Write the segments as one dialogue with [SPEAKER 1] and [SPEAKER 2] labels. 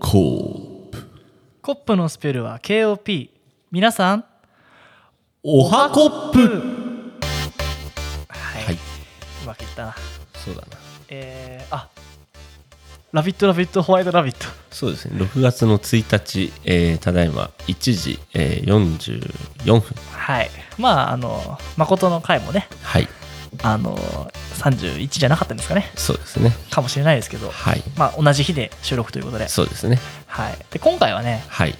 [SPEAKER 1] コープ
[SPEAKER 2] コップのスペルは KOP 皆さん
[SPEAKER 1] おはコップ
[SPEAKER 2] はい、
[SPEAKER 1] はいう
[SPEAKER 2] まくいったな
[SPEAKER 1] そうだな
[SPEAKER 2] えー、あラビットラビットホワイトラビット
[SPEAKER 1] そうですね6月の1日、えーただいま1時、えー、44分
[SPEAKER 2] はいまああの誠の回もね
[SPEAKER 1] はい
[SPEAKER 2] あの31じゃなかったんですかね
[SPEAKER 1] そうですね
[SPEAKER 2] かもしれないですけど
[SPEAKER 1] はい
[SPEAKER 2] まあ同じ日で収録ということで,、
[SPEAKER 1] そうですね
[SPEAKER 2] はい、で今回はね
[SPEAKER 1] はい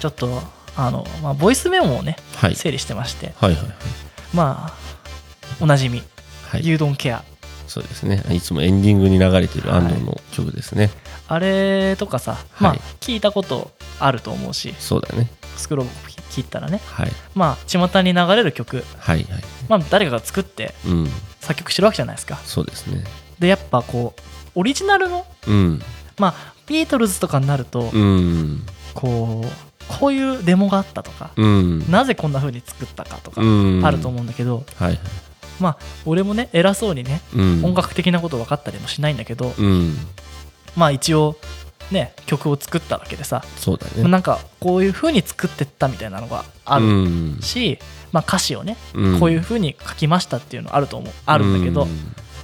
[SPEAKER 2] ちょっとあの、まあ、ボイスメモをね
[SPEAKER 1] はい
[SPEAKER 2] 整理してまして、
[SPEAKER 1] はいはいはい
[SPEAKER 2] まあおなじみ
[SPEAKER 1] はい
[SPEAKER 2] 牛丼ケア、
[SPEAKER 1] そうですねいつもエンディングに流れてる安藤の曲ですね、
[SPEAKER 2] あれとかさ、まあ
[SPEAKER 1] はい
[SPEAKER 2] 聞いたことあると思うし
[SPEAKER 1] そうだね
[SPEAKER 2] スクロール切ったらね
[SPEAKER 1] はい
[SPEAKER 2] まあ巷に流れる曲、
[SPEAKER 1] はいはい
[SPEAKER 2] まあ、誰かが作って
[SPEAKER 1] うん
[SPEAKER 2] 作曲してるわけじゃないですか
[SPEAKER 1] そうですね
[SPEAKER 2] でやっぱこうオリジナルの
[SPEAKER 1] うん
[SPEAKER 2] まあビートルズとかになると、
[SPEAKER 1] うん
[SPEAKER 2] こうこういうデモがあったとか、
[SPEAKER 1] うん
[SPEAKER 2] なぜこんな風に作ったかとか
[SPEAKER 1] うん
[SPEAKER 2] あると思うんだけど、
[SPEAKER 1] はいはい
[SPEAKER 2] まあ俺もね偉そうにね
[SPEAKER 1] うん
[SPEAKER 2] 音楽的なこと分かったりもしないんだけど、
[SPEAKER 1] うん
[SPEAKER 2] まあ一応ね曲を作ったわけでさ、
[SPEAKER 1] そうだね
[SPEAKER 2] まあなんかこういう風に作ってったみたいなのがあ
[SPEAKER 1] う
[SPEAKER 2] る
[SPEAKER 1] ん
[SPEAKER 2] し、まあ、歌詞をね
[SPEAKER 1] うん
[SPEAKER 2] こういう風に書きましたっていうのあると思うあるんだけど、
[SPEAKER 1] うん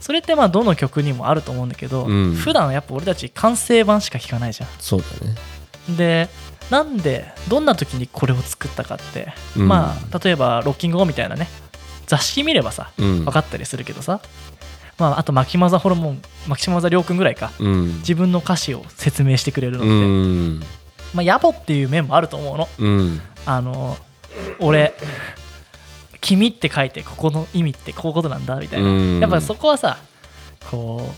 [SPEAKER 2] それってまあどの曲にもあると思うんだけど、
[SPEAKER 1] うん
[SPEAKER 2] 普段やっぱ俺たち完成版しか聴かないじゃ
[SPEAKER 1] そうだね
[SPEAKER 2] ん。でなんでどんな時にこれを作ったかって、
[SPEAKER 1] うん
[SPEAKER 2] まあ例えば「ロッキングオン」みたいなね雑誌見ればさ
[SPEAKER 1] うん
[SPEAKER 2] 分かったりするけどさ、まあ、あとマキマザホルモンマキマザりょうくんぐらいか
[SPEAKER 1] うん
[SPEAKER 2] 自分の歌詞を説明してくれるのって、
[SPEAKER 1] うん
[SPEAKER 2] まあ、野暮っていう面もあると思うの。
[SPEAKER 1] うん
[SPEAKER 2] あの俺「君」って書いてここの意味ってこういうことなんだみたいな、
[SPEAKER 1] うん
[SPEAKER 2] やっぱそこはさこ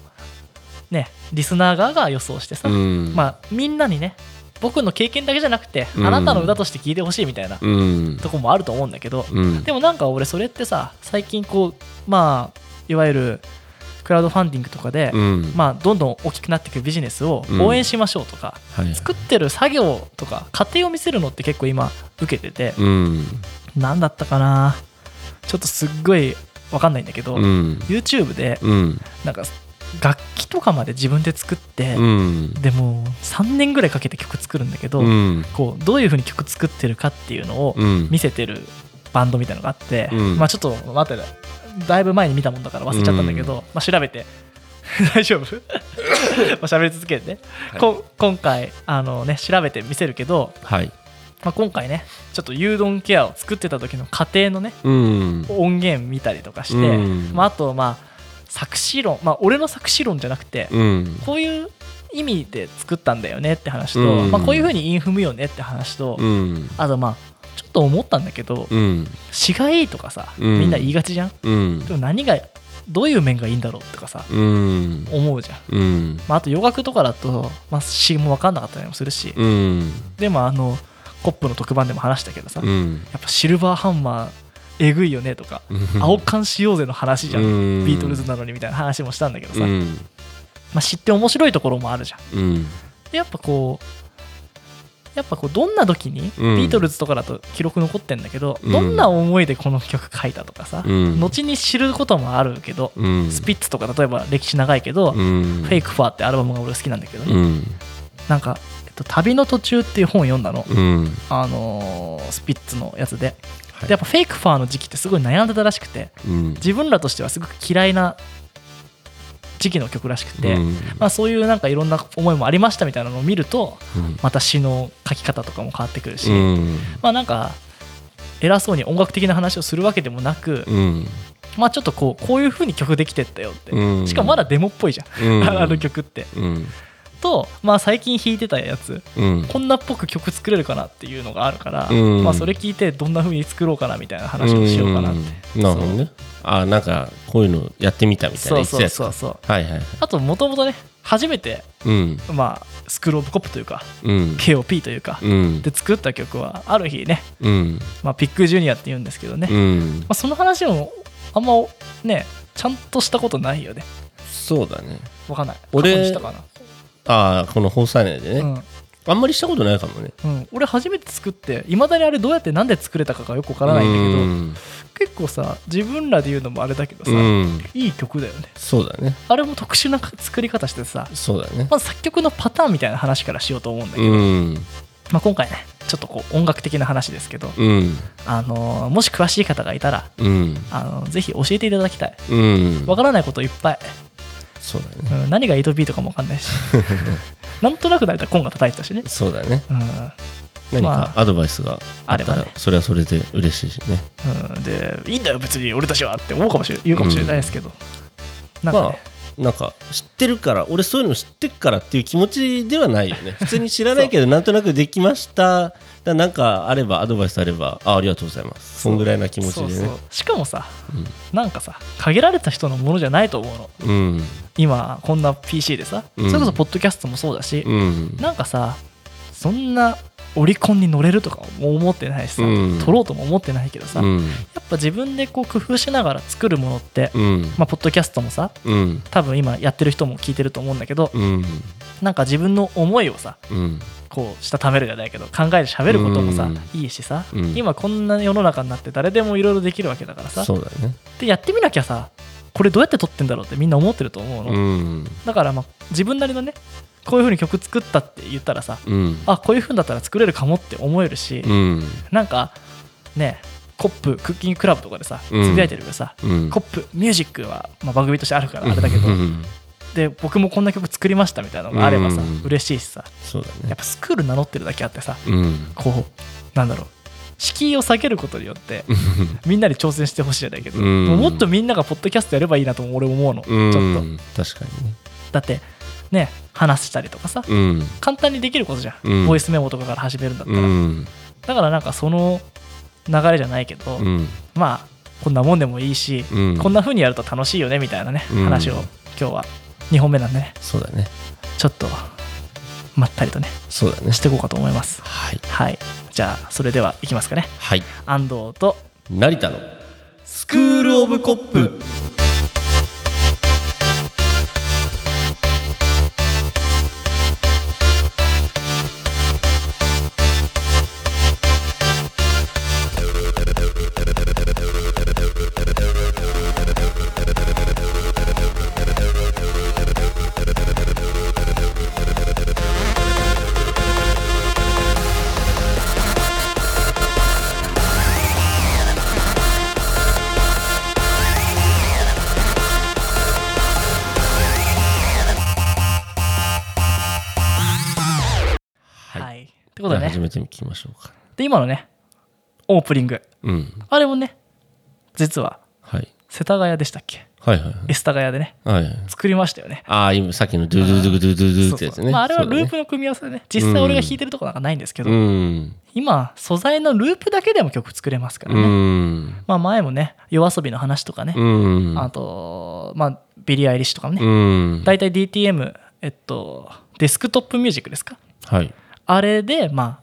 [SPEAKER 2] うねリスナー側が予想してさ、
[SPEAKER 1] うんあ
[SPEAKER 2] まあみんなにね僕の経験だけじゃなくて、
[SPEAKER 1] うん
[SPEAKER 2] あなたの歌として聴いてほしいみたいな
[SPEAKER 1] うん
[SPEAKER 2] とこもあると思うんだけど、
[SPEAKER 1] うん
[SPEAKER 2] でもなんか俺それってさ最近こうまあいわゆるクラウドファンディングとかで、
[SPEAKER 1] うん
[SPEAKER 2] まあどんどん大きくなっていくビジネスを応援しましょうとか、
[SPEAKER 1] はい
[SPEAKER 2] 作ってる作業とか過程を見せるのって結構今受けてて、
[SPEAKER 1] うん
[SPEAKER 2] 何だったかなちょっとすっごい分かんないんだけど、
[SPEAKER 1] うん
[SPEAKER 2] YouTube で
[SPEAKER 1] うん
[SPEAKER 2] なんか楽器とかまで自分で作って、
[SPEAKER 1] うん
[SPEAKER 2] でも3年ぐらいかけて曲作るんだけど、
[SPEAKER 1] うん
[SPEAKER 2] こうどういう風に曲作ってるかっていうのを
[SPEAKER 1] うん
[SPEAKER 2] 見せてるバンドみたいなのがあって、
[SPEAKER 1] うん
[SPEAKER 2] まあちょっと待ってだいぶ前に見たもんだから忘れちゃったんだけど、まあ、調べて 大丈夫 まあ喋り続けてね、
[SPEAKER 1] はい
[SPEAKER 2] こ今回あの、ね、調べて見せるけど、
[SPEAKER 1] はい
[SPEAKER 2] まあ、今回ねちょっと牛丼ケアを作ってた時の過程のね
[SPEAKER 1] うん
[SPEAKER 2] 音源見たりとかして、
[SPEAKER 1] うん
[SPEAKER 2] まあ、あとまあ作詞論、まあ、俺の作詞論じゃなくて、
[SPEAKER 1] うん
[SPEAKER 2] こういう意味で作ったんだよねって話と、
[SPEAKER 1] うん
[SPEAKER 2] まあ、こういうふうに韻踏むよねって話と、
[SPEAKER 1] うん
[SPEAKER 2] あとまあちょっと思ったんだけど、
[SPEAKER 1] うん
[SPEAKER 2] 詩がいいとかさ
[SPEAKER 1] うん
[SPEAKER 2] みんな言いがちじゃん、
[SPEAKER 1] うん
[SPEAKER 2] でも何がどういう面がいいんだろうとかさ
[SPEAKER 1] うん
[SPEAKER 2] 思うじゃん、
[SPEAKER 1] うん
[SPEAKER 2] まあ、あと洋楽とかだと、まあ、詩も分かんなかったりもするし、
[SPEAKER 1] うん
[SPEAKER 2] でもあのコップの特番でも話したけどさ、
[SPEAKER 1] う
[SPEAKER 2] や
[SPEAKER 1] ん
[SPEAKER 2] っぱシルバーハンマーえぐいよねとか青缶しようぜの話じゃん、
[SPEAKER 1] うん
[SPEAKER 2] ビートルズなのにみたいな話もしたんだけどさ、
[SPEAKER 1] うん
[SPEAKER 2] まあ、知って面白いところもあるじゃん
[SPEAKER 1] うん
[SPEAKER 2] でやっぱこうやっぱこうどんな時に、
[SPEAKER 1] うん
[SPEAKER 2] ビートルズとかだと記録残ってんだけど、
[SPEAKER 1] うん
[SPEAKER 2] どんな思いでこの曲書いたとかさ、
[SPEAKER 1] うん
[SPEAKER 2] 後に知ることもあるけど、
[SPEAKER 1] うん
[SPEAKER 2] スピッツとか例えば歴史長いけど、
[SPEAKER 1] う
[SPEAKER 2] フ
[SPEAKER 1] ん
[SPEAKER 2] ェイクファーってアルバムが俺好きなんだけどね、
[SPEAKER 1] うん
[SPEAKER 2] なんか、えっと「旅の途中」っていう本を読んだの、
[SPEAKER 1] うん
[SPEAKER 2] あのースピッツのやつで
[SPEAKER 1] はい
[SPEAKER 2] でやっぱフェイクファーの時期ってすごい悩んでたらしくて
[SPEAKER 1] うん
[SPEAKER 2] 自分らとしてはすごく嫌いな時期の曲らしくて、
[SPEAKER 1] うん
[SPEAKER 2] まあ、そういうなんかいろんな思いもありましたみたいなのを見ると
[SPEAKER 1] うん
[SPEAKER 2] また詩の書き方とかも変わってくるし、
[SPEAKER 1] うん
[SPEAKER 2] まあなんか偉そうに音楽的な話をするわけでもなく、
[SPEAKER 1] うん
[SPEAKER 2] まあちょっとこうこういう風に曲できてったよって、
[SPEAKER 1] うん
[SPEAKER 2] しかもまだデモっぽいじゃん、
[SPEAKER 1] うん
[SPEAKER 2] あの曲って。
[SPEAKER 1] うん
[SPEAKER 2] と、まあ、最近弾いてたやつ
[SPEAKER 1] うん
[SPEAKER 2] こんなっぽく曲作れるかなっていうのがあるから、
[SPEAKER 1] うん
[SPEAKER 2] まあ、それ聞いてどんな風に作ろうかなみたいな話をしようかなって、
[SPEAKER 1] うんなるほどねあなんかこういうのやってみたみたい
[SPEAKER 2] そ
[SPEAKER 1] な
[SPEAKER 2] うそう
[SPEAKER 1] やつ
[SPEAKER 2] そう
[SPEAKER 1] か
[SPEAKER 2] そう
[SPEAKER 1] はいはいはい
[SPEAKER 2] あともともとね初めて、
[SPEAKER 1] うん
[SPEAKER 2] まあ、スクロールオブコップというか
[SPEAKER 1] うん
[SPEAKER 2] KOP というか、
[SPEAKER 1] うん
[SPEAKER 2] で作った曲はある日ね、
[SPEAKER 1] うん
[SPEAKER 2] まあ、ピックジュニアって言うんですけどね、
[SPEAKER 1] う
[SPEAKER 2] ま
[SPEAKER 1] ん
[SPEAKER 2] あ、その話もあんまねちゃんとしたことないよね
[SPEAKER 1] そうだね
[SPEAKER 2] わかんない
[SPEAKER 1] 俺
[SPEAKER 2] 過去にしたかな
[SPEAKER 1] ああこの放送内でね、
[SPEAKER 2] うん
[SPEAKER 1] あんまりしたことないかもね
[SPEAKER 2] うん、俺初めて作っていまだにあれどうやってなんで作れたかがよくわからないんだけど、
[SPEAKER 1] うん
[SPEAKER 2] 結構さ自分らで言うのもあれだけどさ、
[SPEAKER 1] うん
[SPEAKER 2] いい曲だよね
[SPEAKER 1] そうだね
[SPEAKER 2] あれも特殊な作り方してさ
[SPEAKER 1] そうだね
[SPEAKER 2] まず作曲のパターンみたいな話からしようと思うんだけど、
[SPEAKER 1] うん
[SPEAKER 2] まあ、今回ねちょっとこう音楽的な話ですけど、
[SPEAKER 1] うん
[SPEAKER 2] あのーもし詳しい方がいたら、
[SPEAKER 1] うん
[SPEAKER 2] あのーぜひ教えていただきたい
[SPEAKER 1] うん
[SPEAKER 2] わからないこといっぱい、
[SPEAKER 1] そうだ
[SPEAKER 2] う
[SPEAKER 1] ね
[SPEAKER 2] ん、何が 8B とかもわかんな いしなんとなくだいたら今が叩いてたしね、
[SPEAKER 1] そうだね
[SPEAKER 2] うん
[SPEAKER 1] 何
[SPEAKER 2] ま
[SPEAKER 1] かアドバイスがあっ
[SPEAKER 2] あ
[SPEAKER 1] た
[SPEAKER 2] れ
[SPEAKER 1] ら
[SPEAKER 2] ばね
[SPEAKER 1] それはそれで嬉しいしね
[SPEAKER 2] うん、でいいんだよ別に俺たちはって思うかもしれ言うかもしれないですけど、なんか、
[SPEAKER 1] ま
[SPEAKER 2] ね
[SPEAKER 1] あなんか知ってるから俺そういうの知ってるからっていう気持ちではないよ ね普通に知らないけどなんとなくできましただなんかあればアドバイスあればあありがとうございますそんぐらいな気持ちでね
[SPEAKER 2] そうそうしかもさなんかさ限られた人のものじゃないと思うの
[SPEAKER 1] うん
[SPEAKER 2] 今こんな PC でさ、
[SPEAKER 1] うん
[SPEAKER 2] それこそポッドキャストもそうだし、
[SPEAKER 1] うん
[SPEAKER 2] なんかさそんなオリコンに乗れるとかも思ってないしさ、
[SPEAKER 1] うん
[SPEAKER 2] 撮ろうとも思ってないけどさ、
[SPEAKER 1] う
[SPEAKER 2] やっ
[SPEAKER 1] ん
[SPEAKER 2] ぱ自分でこう工夫しながら作るものって、
[SPEAKER 1] うん
[SPEAKER 2] まあ、ポッドキャストもさ
[SPEAKER 1] うん
[SPEAKER 2] 多分今やってる人も聞いてると思うんだけど、
[SPEAKER 1] うん
[SPEAKER 2] なんか自分の思いをさ
[SPEAKER 1] うん
[SPEAKER 2] こうしたためるじゃないけど考えて喋ることもさ、
[SPEAKER 1] うん
[SPEAKER 2] いいしさ、
[SPEAKER 1] うん
[SPEAKER 2] 今こんな世の中になって誰でもいろいろできるわけだからさ
[SPEAKER 1] そうだね
[SPEAKER 2] でやってみなきゃさこれどうやって撮ってんだろうってみんな思ってると思うの、
[SPEAKER 1] うん
[SPEAKER 2] だからまあ自分なりのねこういう風に曲作ったって言ったらさ
[SPEAKER 1] うん
[SPEAKER 2] あこういう風だったら作れるかもって思えるし、
[SPEAKER 1] うん
[SPEAKER 2] なんかねコップクッキングクラブとかでさつ
[SPEAKER 1] うん
[SPEAKER 2] ぶやいてるけどさ、
[SPEAKER 1] うん
[SPEAKER 2] コップミュージックは、まあ、番組としてあるからあれだけど、
[SPEAKER 1] うん
[SPEAKER 2] で僕もこんな曲作りましたみたいなのがあればさ、
[SPEAKER 1] うん
[SPEAKER 2] 嬉しいしさ
[SPEAKER 1] そうだ
[SPEAKER 2] や
[SPEAKER 1] ね
[SPEAKER 2] っぱスクール名乗ってるだけあってさ
[SPEAKER 1] うん
[SPEAKER 2] こうなんだろう敷居を下げることによってみんなに挑戦してほしいじゃないけど、
[SPEAKER 1] うん
[SPEAKER 2] もうもっとみんながポッドキャストやればいいなとも俺思うの、
[SPEAKER 1] うん
[SPEAKER 2] ちょっと
[SPEAKER 1] 確かにね
[SPEAKER 2] だってね話したりとかさ、
[SPEAKER 1] うん
[SPEAKER 2] 簡単にできることじゃん、
[SPEAKER 1] うん
[SPEAKER 2] ボイスメモとかから始めるんだったら、
[SPEAKER 1] うん
[SPEAKER 2] だからなんかその流れじゃないけど、
[SPEAKER 1] うん
[SPEAKER 2] まあこんなもんでもいいし、
[SPEAKER 1] うん
[SPEAKER 2] こんな風にやると楽しいよねみたいなね、
[SPEAKER 1] うん
[SPEAKER 2] 話を今日は2本目なんでね
[SPEAKER 1] そうだね
[SPEAKER 2] ちょっとまったりとね
[SPEAKER 1] そうだね
[SPEAKER 2] していこうかと思います
[SPEAKER 1] はい
[SPEAKER 2] はいじゃあそれではいきますかね
[SPEAKER 1] はい
[SPEAKER 2] 安藤と
[SPEAKER 1] 成田の
[SPEAKER 2] ス
[SPEAKER 1] クール・オブ・コップ
[SPEAKER 2] はい、
[SPEAKER 1] はい
[SPEAKER 2] ってことで
[SPEAKER 1] 始
[SPEAKER 2] ね
[SPEAKER 1] めてみきましょうか
[SPEAKER 2] で今のねオープニング
[SPEAKER 1] うん
[SPEAKER 2] あれもね実は
[SPEAKER 1] はい
[SPEAKER 2] 世田谷でしたっけ
[SPEAKER 1] はいはい
[SPEAKER 2] エスタガヤでね
[SPEAKER 1] はいはい
[SPEAKER 2] 作りましたよね
[SPEAKER 1] ああ今さっきのドゥドゥドゥドゥドゥドゥってやつ
[SPEAKER 2] そうそう
[SPEAKER 1] ね
[SPEAKER 2] まあ、あれは
[SPEAKER 1] そうだ
[SPEAKER 2] ル
[SPEAKER 1] ね
[SPEAKER 2] ープの組み合わせでね実際俺が弾いてるとこなんかないんですけど、
[SPEAKER 1] うん
[SPEAKER 2] 今素材のループだけでも曲作れますから
[SPEAKER 1] う
[SPEAKER 2] ね、
[SPEAKER 1] ん
[SPEAKER 2] まあ前もね夜遊びの話とかね、
[SPEAKER 1] うん
[SPEAKER 2] あとまあビリー・アイリッシュとかもね、
[SPEAKER 1] うん
[SPEAKER 2] 大体 DTM えっとデスクトップミュージックですか
[SPEAKER 1] はい
[SPEAKER 2] あれでまあ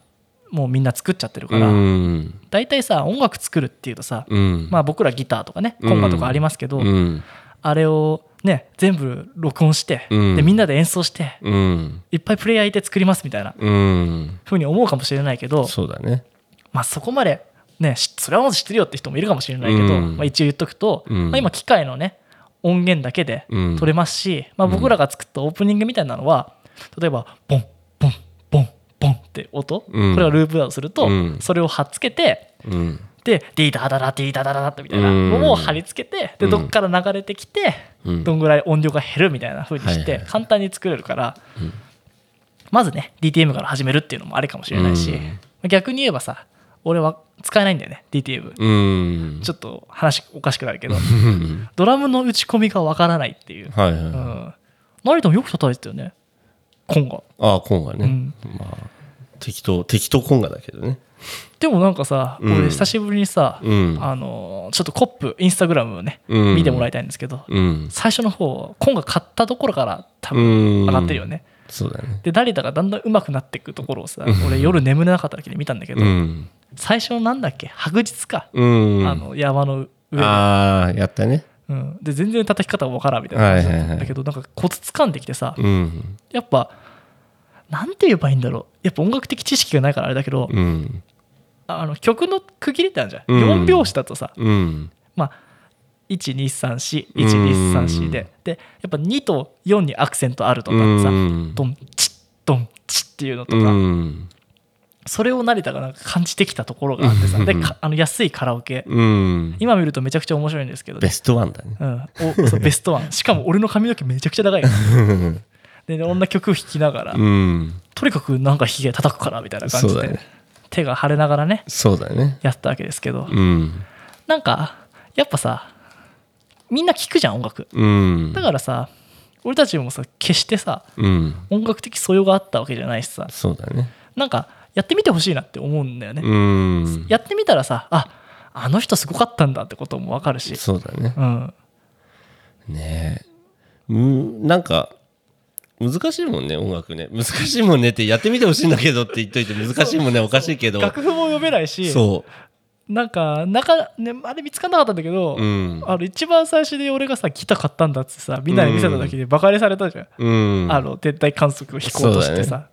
[SPEAKER 2] もうみんな作っちゃってる
[SPEAKER 1] う
[SPEAKER 2] から、
[SPEAKER 1] ん
[SPEAKER 2] 大体さ音楽作るっていうとさ、
[SPEAKER 1] うん
[SPEAKER 2] まあ僕らギターとかねコンバとかありますけど、
[SPEAKER 1] うん
[SPEAKER 2] あれをね全部録音して、
[SPEAKER 1] うん
[SPEAKER 2] でみんなで演奏して
[SPEAKER 1] うん
[SPEAKER 2] いっぱいプレイヤーいて作りますみたいな
[SPEAKER 1] うん
[SPEAKER 2] ふうに思うかもしれないけど
[SPEAKER 1] そうだね
[SPEAKER 2] まあそこまでねしそれはまず知ってるよって人もいるかもしれないけど、
[SPEAKER 1] うん
[SPEAKER 2] まあ、一応言っとくと、
[SPEAKER 1] うん
[SPEAKER 2] まあ、今機械のね音源だけで
[SPEAKER 1] うん
[SPEAKER 2] 撮れますし、まあ、僕らが作ったオープニングみたいなのは例えばボンボンボンボンって音、
[SPEAKER 1] うん
[SPEAKER 2] これがループだとすると、
[SPEAKER 1] うん
[SPEAKER 2] それを貼っつけて
[SPEAKER 1] うん
[SPEAKER 2] でディーダーダラディーダーダラってみたいな
[SPEAKER 1] うん
[SPEAKER 2] のを貼り付けてで
[SPEAKER 1] うん
[SPEAKER 2] どっから流れてきて、
[SPEAKER 1] うん
[SPEAKER 2] どんぐらい音量が減るみたいな風にし
[SPEAKER 1] はいはい
[SPEAKER 2] て
[SPEAKER 1] はい
[SPEAKER 2] 簡単に作れるから、
[SPEAKER 1] ん
[SPEAKER 2] まずね DTM から始めるっていうのもありかもしれないし、逆に言えばさ俺は使えないんだよね DTM、
[SPEAKER 1] うん
[SPEAKER 2] ちょっと話おかしくなるけど
[SPEAKER 1] うん
[SPEAKER 2] ドラムの打ち込みがわからないっていう、
[SPEAKER 1] はいうはい
[SPEAKER 2] ん、成田もよく叩いてたよね今後
[SPEAKER 1] ああコンガ
[SPEAKER 2] う
[SPEAKER 1] ね
[SPEAKER 2] ん
[SPEAKER 1] まあ適当適当コンガだけどね
[SPEAKER 2] でもなんかさ、
[SPEAKER 1] うん
[SPEAKER 2] 俺久しぶりにさ、
[SPEAKER 1] うん
[SPEAKER 2] あのちょっとコップインスタグラムをね、
[SPEAKER 1] うん
[SPEAKER 2] 見てもらいたいんですけど、
[SPEAKER 1] うん
[SPEAKER 2] 最初の方今が買ったところから多分
[SPEAKER 1] 上
[SPEAKER 2] 上がってるよね、
[SPEAKER 1] そうだね
[SPEAKER 2] で成田がだんだん上手くなっていくところをさ俺夜眠れなかった時に見たんだけど、
[SPEAKER 1] うん
[SPEAKER 2] 最初のなんだっけ白日か、
[SPEAKER 1] うん
[SPEAKER 2] あの山の上で
[SPEAKER 1] ああやったね
[SPEAKER 2] うん、で全然叩き方わからんみたいな感じだったんだけど、なんかコツ掴んできてさ
[SPEAKER 1] うん
[SPEAKER 2] やっぱなんて言えばいいんだろうやっぱ音楽的知識がないからあれだけど、
[SPEAKER 1] うん
[SPEAKER 2] あの曲の区切りってあるじゃん、
[SPEAKER 1] うん
[SPEAKER 2] 4拍子だとさ
[SPEAKER 1] うん
[SPEAKER 2] まあ12341234で、
[SPEAKER 1] うん
[SPEAKER 2] でやっぱ2と4にアクセントあるとかさ、
[SPEAKER 1] うん
[SPEAKER 2] ドンチッドンチッっていうのと
[SPEAKER 1] う
[SPEAKER 2] か、
[SPEAKER 1] ん
[SPEAKER 2] それを成田がなんか感じてきたところがあってさで
[SPEAKER 1] うん
[SPEAKER 2] かあの安いカラオケ、
[SPEAKER 1] うん
[SPEAKER 2] 今見るとめちゃくちゃ面白いんですけど
[SPEAKER 1] ベストワンだね
[SPEAKER 2] うん、おそうベストワンしかも俺の髪の毛めちゃくちゃ長いよ で女曲弾きながら、
[SPEAKER 1] うん
[SPEAKER 2] とにかくなんかひげ叩くからみたいな感じ
[SPEAKER 1] そう
[SPEAKER 2] で、
[SPEAKER 1] だね
[SPEAKER 2] 手が腫れながらね
[SPEAKER 1] そうだね
[SPEAKER 2] やったわけですけど、
[SPEAKER 1] うん
[SPEAKER 2] なんかやっぱさみんな聴くじゃん音楽
[SPEAKER 1] うん
[SPEAKER 2] だからさ俺たちもさ決してさ
[SPEAKER 1] うん
[SPEAKER 2] 音楽的素養があったわけじゃないしさ
[SPEAKER 1] そうだね
[SPEAKER 2] なんかやってみてほしいなって思うんだよね、
[SPEAKER 1] うん
[SPEAKER 2] やってみたらさああの人すごかったんだってこともわかるし
[SPEAKER 1] そうだね
[SPEAKER 2] うん
[SPEAKER 1] ねえうんなんか難しいもんね音楽ね難しいもんねってやってみてほしいんだけどって言っといて難しいもんねおかしいけど
[SPEAKER 2] 楽譜も読めないし
[SPEAKER 1] そ
[SPEAKER 2] なんかなか、ね、あれ見つかんなかったんだけど、
[SPEAKER 1] ううん
[SPEAKER 2] あの一番最初に俺がさギター買ったんだっつってさみんなに見せた時にバカにされたじゃん、
[SPEAKER 1] うん
[SPEAKER 2] あの天体観測を弾こうとし
[SPEAKER 1] そうだ
[SPEAKER 2] てさ、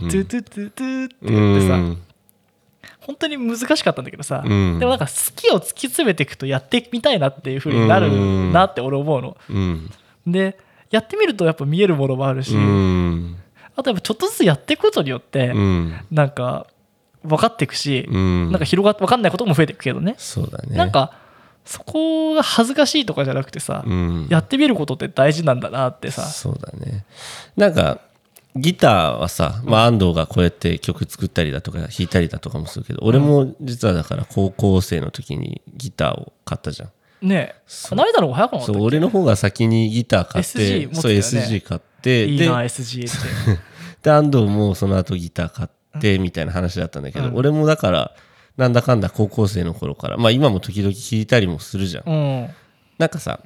[SPEAKER 2] トゥトゥトゥトゥって
[SPEAKER 1] う
[SPEAKER 2] 言ってさ、
[SPEAKER 1] ん
[SPEAKER 2] 本当に難しかったんだけどさ、
[SPEAKER 1] うん
[SPEAKER 2] でもなんか好きを突き詰めていくとやってみたいなっていうふうになるなって俺思うの、
[SPEAKER 1] うん
[SPEAKER 2] でやってみるとやっぱ見えるものもあるし、
[SPEAKER 1] うん
[SPEAKER 2] あとやっぱちょっとずつやっていくことによって、
[SPEAKER 1] うん
[SPEAKER 2] なんか分かっていくし、
[SPEAKER 1] うん
[SPEAKER 2] なんか広がって分かんないことも増えていくけどね
[SPEAKER 1] そうだね
[SPEAKER 2] なんかそこが恥ずかしいとかじゃなくてさ、
[SPEAKER 1] うん
[SPEAKER 2] やってみることって大事なんだなってさ
[SPEAKER 1] そうだねなんかギターはさ、まあ、安藤がこうやって曲作ったりだとか弾いたりだとかもするけど俺も実はだから高校生の時にギターを買ったじゃん
[SPEAKER 2] ねえ
[SPEAKER 1] そう
[SPEAKER 2] 成田の方が早くなかった
[SPEAKER 1] そ
[SPEAKER 2] っ
[SPEAKER 1] う
[SPEAKER 2] け
[SPEAKER 1] 俺の方が先にギター買って
[SPEAKER 2] SG 持ってた
[SPEAKER 1] そう
[SPEAKER 2] よね
[SPEAKER 1] SG 買って
[SPEAKER 2] いい
[SPEAKER 1] で
[SPEAKER 2] な SG って
[SPEAKER 1] で安藤もその後ギター買ってみたいな話だったんだけど、
[SPEAKER 2] うん
[SPEAKER 1] 俺もだからなんだかんだ高校生の頃からまあ今も時々弾いたりもするじゃん、
[SPEAKER 2] うん
[SPEAKER 1] なんかさ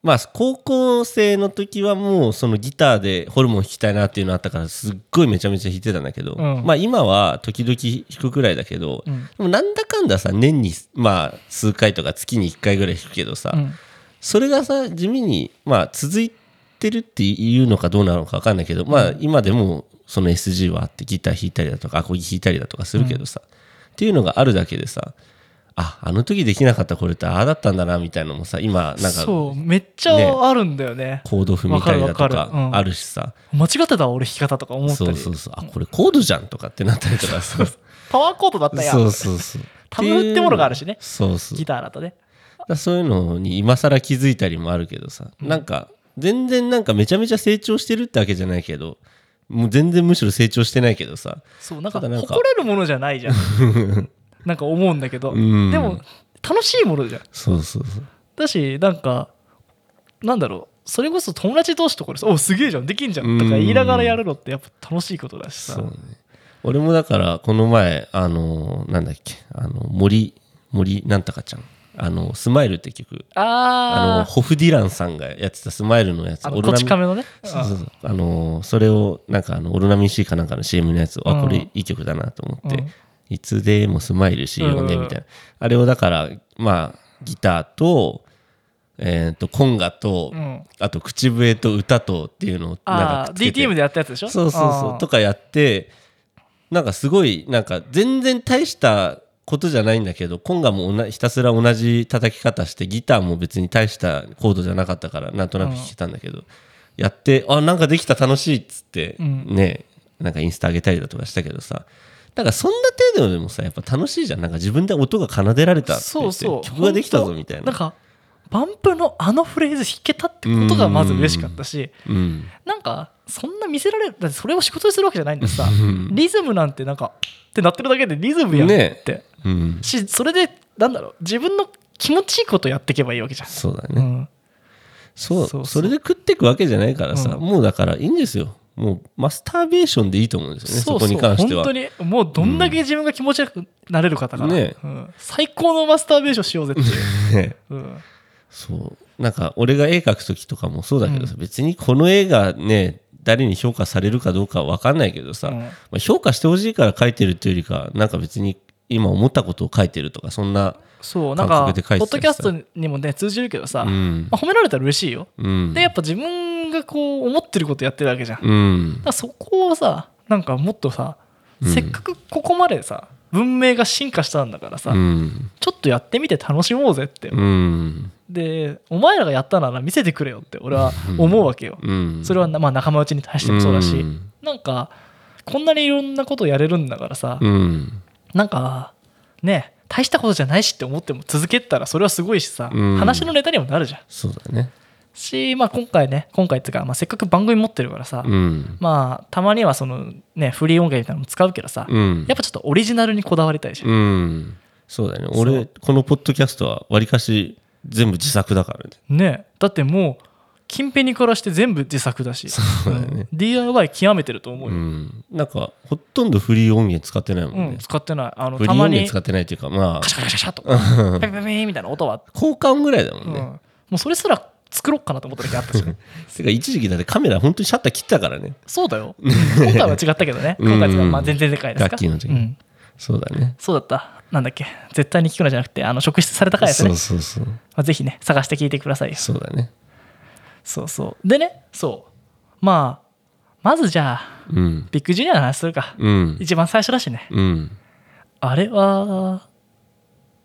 [SPEAKER 1] まあ高校生の時はもうそのギターでホルモン弾きたいなっていうのあったからすっごいめちゃめちゃ弾いてたんだけど、
[SPEAKER 2] うん
[SPEAKER 1] まあ今は時々弾くくらいだけど、
[SPEAKER 2] うん
[SPEAKER 1] でもなんだかんださ年にまあ数回とか月に1回ぐらい弾くけどさ、
[SPEAKER 2] うん
[SPEAKER 1] それがさ地味にまあ続いてるっていうのかどうなのか分かんないけど、まあ今でもその SG はあってギター弾いたりだとかアコギ弾いたりだとかするけどさ、っていうのがあるだけでさああの時できなかったこれってああだったんだなみたいなのもさ今なんか
[SPEAKER 2] そうめっちゃあるんだよね
[SPEAKER 1] コード踏みたりだと
[SPEAKER 2] わかるわ
[SPEAKER 1] か
[SPEAKER 2] かるうん
[SPEAKER 1] あるしさ、
[SPEAKER 2] 間違ってた俺弾き方とか思った
[SPEAKER 1] そ
[SPEAKER 2] り
[SPEAKER 1] うそうそうあこれコードじゃんとかってなったりとか さ
[SPEAKER 2] パワーコードだったやん
[SPEAKER 1] そうそう そう
[SPEAKER 2] タブってものがあるしね
[SPEAKER 1] そうそう
[SPEAKER 2] ギターだとね
[SPEAKER 1] だからそういうのに今更気づいたりもあるけどさ、なんか全然なんかめちゃめちゃ成長してるってわけじゃないけどもう全然むしろ成長してないけどさ
[SPEAKER 2] そうなんか
[SPEAKER 1] ただなんか
[SPEAKER 2] 誇れるものじゃないじゃん なんか思うんだけど、
[SPEAKER 1] うん
[SPEAKER 2] でも楽しいものじゃん
[SPEAKER 1] そうそうそう
[SPEAKER 2] だしなんかなんだろうそれこそ友達同士とかでさ「おすげえじゃんできんじゃん」とか言いながらやるのってやっぱ楽しいことだしさ
[SPEAKER 1] そうね俺もだからこの前あのなんだっけあの森森なんとかちゃんあのスマイルって曲あの
[SPEAKER 2] あー
[SPEAKER 1] ホフディランさんがやってたスマイルのやつ
[SPEAKER 2] あ
[SPEAKER 1] オル
[SPEAKER 2] の
[SPEAKER 1] ナ
[SPEAKER 2] こ
[SPEAKER 1] ミ
[SPEAKER 2] ち亀のね
[SPEAKER 1] そうそうそうあのそれをなんかあのオルナミン C かなんかの CM のやつを、
[SPEAKER 2] うん
[SPEAKER 1] あこれいい曲だなと思って、
[SPEAKER 2] うん
[SPEAKER 1] いつでもスマイルしようね
[SPEAKER 2] うん
[SPEAKER 1] みたいな、あれをだからまあギターと,、えー、とコンガと、
[SPEAKER 2] うんうん
[SPEAKER 1] あと口笛と歌とっていうのをなん
[SPEAKER 2] あ
[SPEAKER 1] か
[SPEAKER 2] あ
[SPEAKER 1] くっつけて
[SPEAKER 2] DTM でやったやつでしょ
[SPEAKER 1] そうそうそうとかやってなんかすごいなんか全然大したことじゃないんだけどコンガもおなひたすら同じ叩き方してギターも別に大したコードじゃなかったからなんとなく弾けたんだけど、やってあなんかできた楽しいっつって、
[SPEAKER 2] うん
[SPEAKER 1] ねなんかインスタ上げたりだとかしたけどさだからそんな程度でもさやっぱ楽しいじゃんなんか自分で音が奏でられたって
[SPEAKER 2] そ
[SPEAKER 1] 言っ
[SPEAKER 2] う
[SPEAKER 1] て
[SPEAKER 2] そう
[SPEAKER 1] 曲ができたぞみたいな
[SPEAKER 2] なんかバンプのあのフレーズ弾けたってことがまず嬉しかったし
[SPEAKER 1] うん
[SPEAKER 2] なんかそんな見せられるだってそれを仕事にするわけじゃないんだしさ
[SPEAKER 1] うん
[SPEAKER 2] リズムなんてなんかってなってるだけでリズムやん
[SPEAKER 1] ね
[SPEAKER 2] って、
[SPEAKER 1] うん
[SPEAKER 2] しそれでなんだろう自分の気持ちいいことやっていけばいいわけじゃん、
[SPEAKER 1] そうだね、
[SPEAKER 2] うん、
[SPEAKER 1] そう
[SPEAKER 2] そうそう
[SPEAKER 1] それで食っていくわけじゃないからさ、
[SPEAKER 2] うん
[SPEAKER 1] もうだからいいんですよもうマスターベーションでいいと思うんですよねそこに関しては
[SPEAKER 2] 本当にもうどんだけ自分が気持ちよくなれるかだから、
[SPEAKER 1] ね
[SPEAKER 2] うん最高のマスターベーションしようぜっていう、
[SPEAKER 1] ね
[SPEAKER 2] うん
[SPEAKER 1] そうなんか俺が絵描く時とかもそうだけどさ、別にこの絵がね誰に評価されるかどうかは分かんないけどさ、
[SPEAKER 2] うん
[SPEAKER 1] まあ評価してほしいから描いてるっていうよりかなんか別に今思ったことを書いてるとかそんな
[SPEAKER 2] そうなんか
[SPEAKER 1] 感覚
[SPEAKER 2] ポ
[SPEAKER 1] で書
[SPEAKER 2] ッ
[SPEAKER 1] い
[SPEAKER 2] ド
[SPEAKER 1] て
[SPEAKER 2] キ
[SPEAKER 1] たり
[SPEAKER 2] ャ
[SPEAKER 1] さ
[SPEAKER 2] ストにもね通じるけどさ、
[SPEAKER 1] うん
[SPEAKER 2] まあ、褒められたら嬉しいよ、
[SPEAKER 1] うん
[SPEAKER 2] でやっぱ自分がこう思ってることやってるわけじゃん、だ
[SPEAKER 1] う
[SPEAKER 2] か
[SPEAKER 1] ん
[SPEAKER 2] らそこをさなんかもっとさ、
[SPEAKER 1] うん
[SPEAKER 2] せっかくここまでさ文明が進化したんだからさ、
[SPEAKER 1] うん
[SPEAKER 2] ちょっとやってみて楽しもうぜって、
[SPEAKER 1] うん
[SPEAKER 2] でお前らがやったなら見せてくれよって俺は思うわけよ、
[SPEAKER 1] うん
[SPEAKER 2] それはなまあ仲間内に対してもそうだし、
[SPEAKER 1] うん
[SPEAKER 2] なんかこんなにいろんなことやれるんだからさ、
[SPEAKER 1] うん
[SPEAKER 2] なんかね大したことじゃないしって思っても続けたらそれはすごいしさ、
[SPEAKER 1] うん
[SPEAKER 2] 話のネタにもなるじゃん
[SPEAKER 1] そうだね
[SPEAKER 2] し、まあ、今回ね今回っていうか、まあ、せっかく番組持ってるからさ、
[SPEAKER 1] うん
[SPEAKER 2] まあたまにはそのねフリー音源みたいなのも使うけどさ、
[SPEAKER 1] うん
[SPEAKER 2] やっぱちょっとオリジナルにこだわりたいじゃん、
[SPEAKER 1] うんそうだね
[SPEAKER 2] そ
[SPEAKER 1] 俺
[SPEAKER 2] う
[SPEAKER 1] このポッドキャストはわりかし全部自作だからね
[SPEAKER 2] ねだってもう近辺にからして全部自作だし
[SPEAKER 1] そうだよね
[SPEAKER 2] うん DIY 極めてると思う
[SPEAKER 1] う
[SPEAKER 2] よ、
[SPEAKER 1] んなんかほとんどフリー音源使ってないも
[SPEAKER 2] うん
[SPEAKER 1] んね
[SPEAKER 2] 使ってないあの
[SPEAKER 1] フリー
[SPEAKER 2] た
[SPEAKER 1] 音
[SPEAKER 2] ま
[SPEAKER 1] 源
[SPEAKER 2] に
[SPEAKER 1] 使ってないっていうかまあ
[SPEAKER 2] カシャカシャカシャとかペペペペみたいな音はあって、
[SPEAKER 1] 交換ぐらいだも
[SPEAKER 2] うんん
[SPEAKER 1] ね
[SPEAKER 2] もうそれすら作ろうかなと思った時あったし ね
[SPEAKER 1] てか一時期だってカメラ本当にシャッター切ったからね
[SPEAKER 2] そうだよ今回は違ったけどね今回はまあ全然でかいですか
[SPEAKER 1] 楽器の時
[SPEAKER 2] うん、
[SPEAKER 1] そうだね
[SPEAKER 2] そうだったなんだっけ絶対に聞くなじゃなくてあの職質された回です
[SPEAKER 1] そ
[SPEAKER 2] ね
[SPEAKER 1] うそうそう
[SPEAKER 2] まあ、ぜひね探して聞いてくださいよ
[SPEAKER 1] そうだね
[SPEAKER 2] そうそうでねそうまあまずじゃあ
[SPEAKER 1] うん
[SPEAKER 2] ビッグジュニアの話するか、
[SPEAKER 1] うん
[SPEAKER 2] 一番最初だしね
[SPEAKER 1] うん
[SPEAKER 2] あれは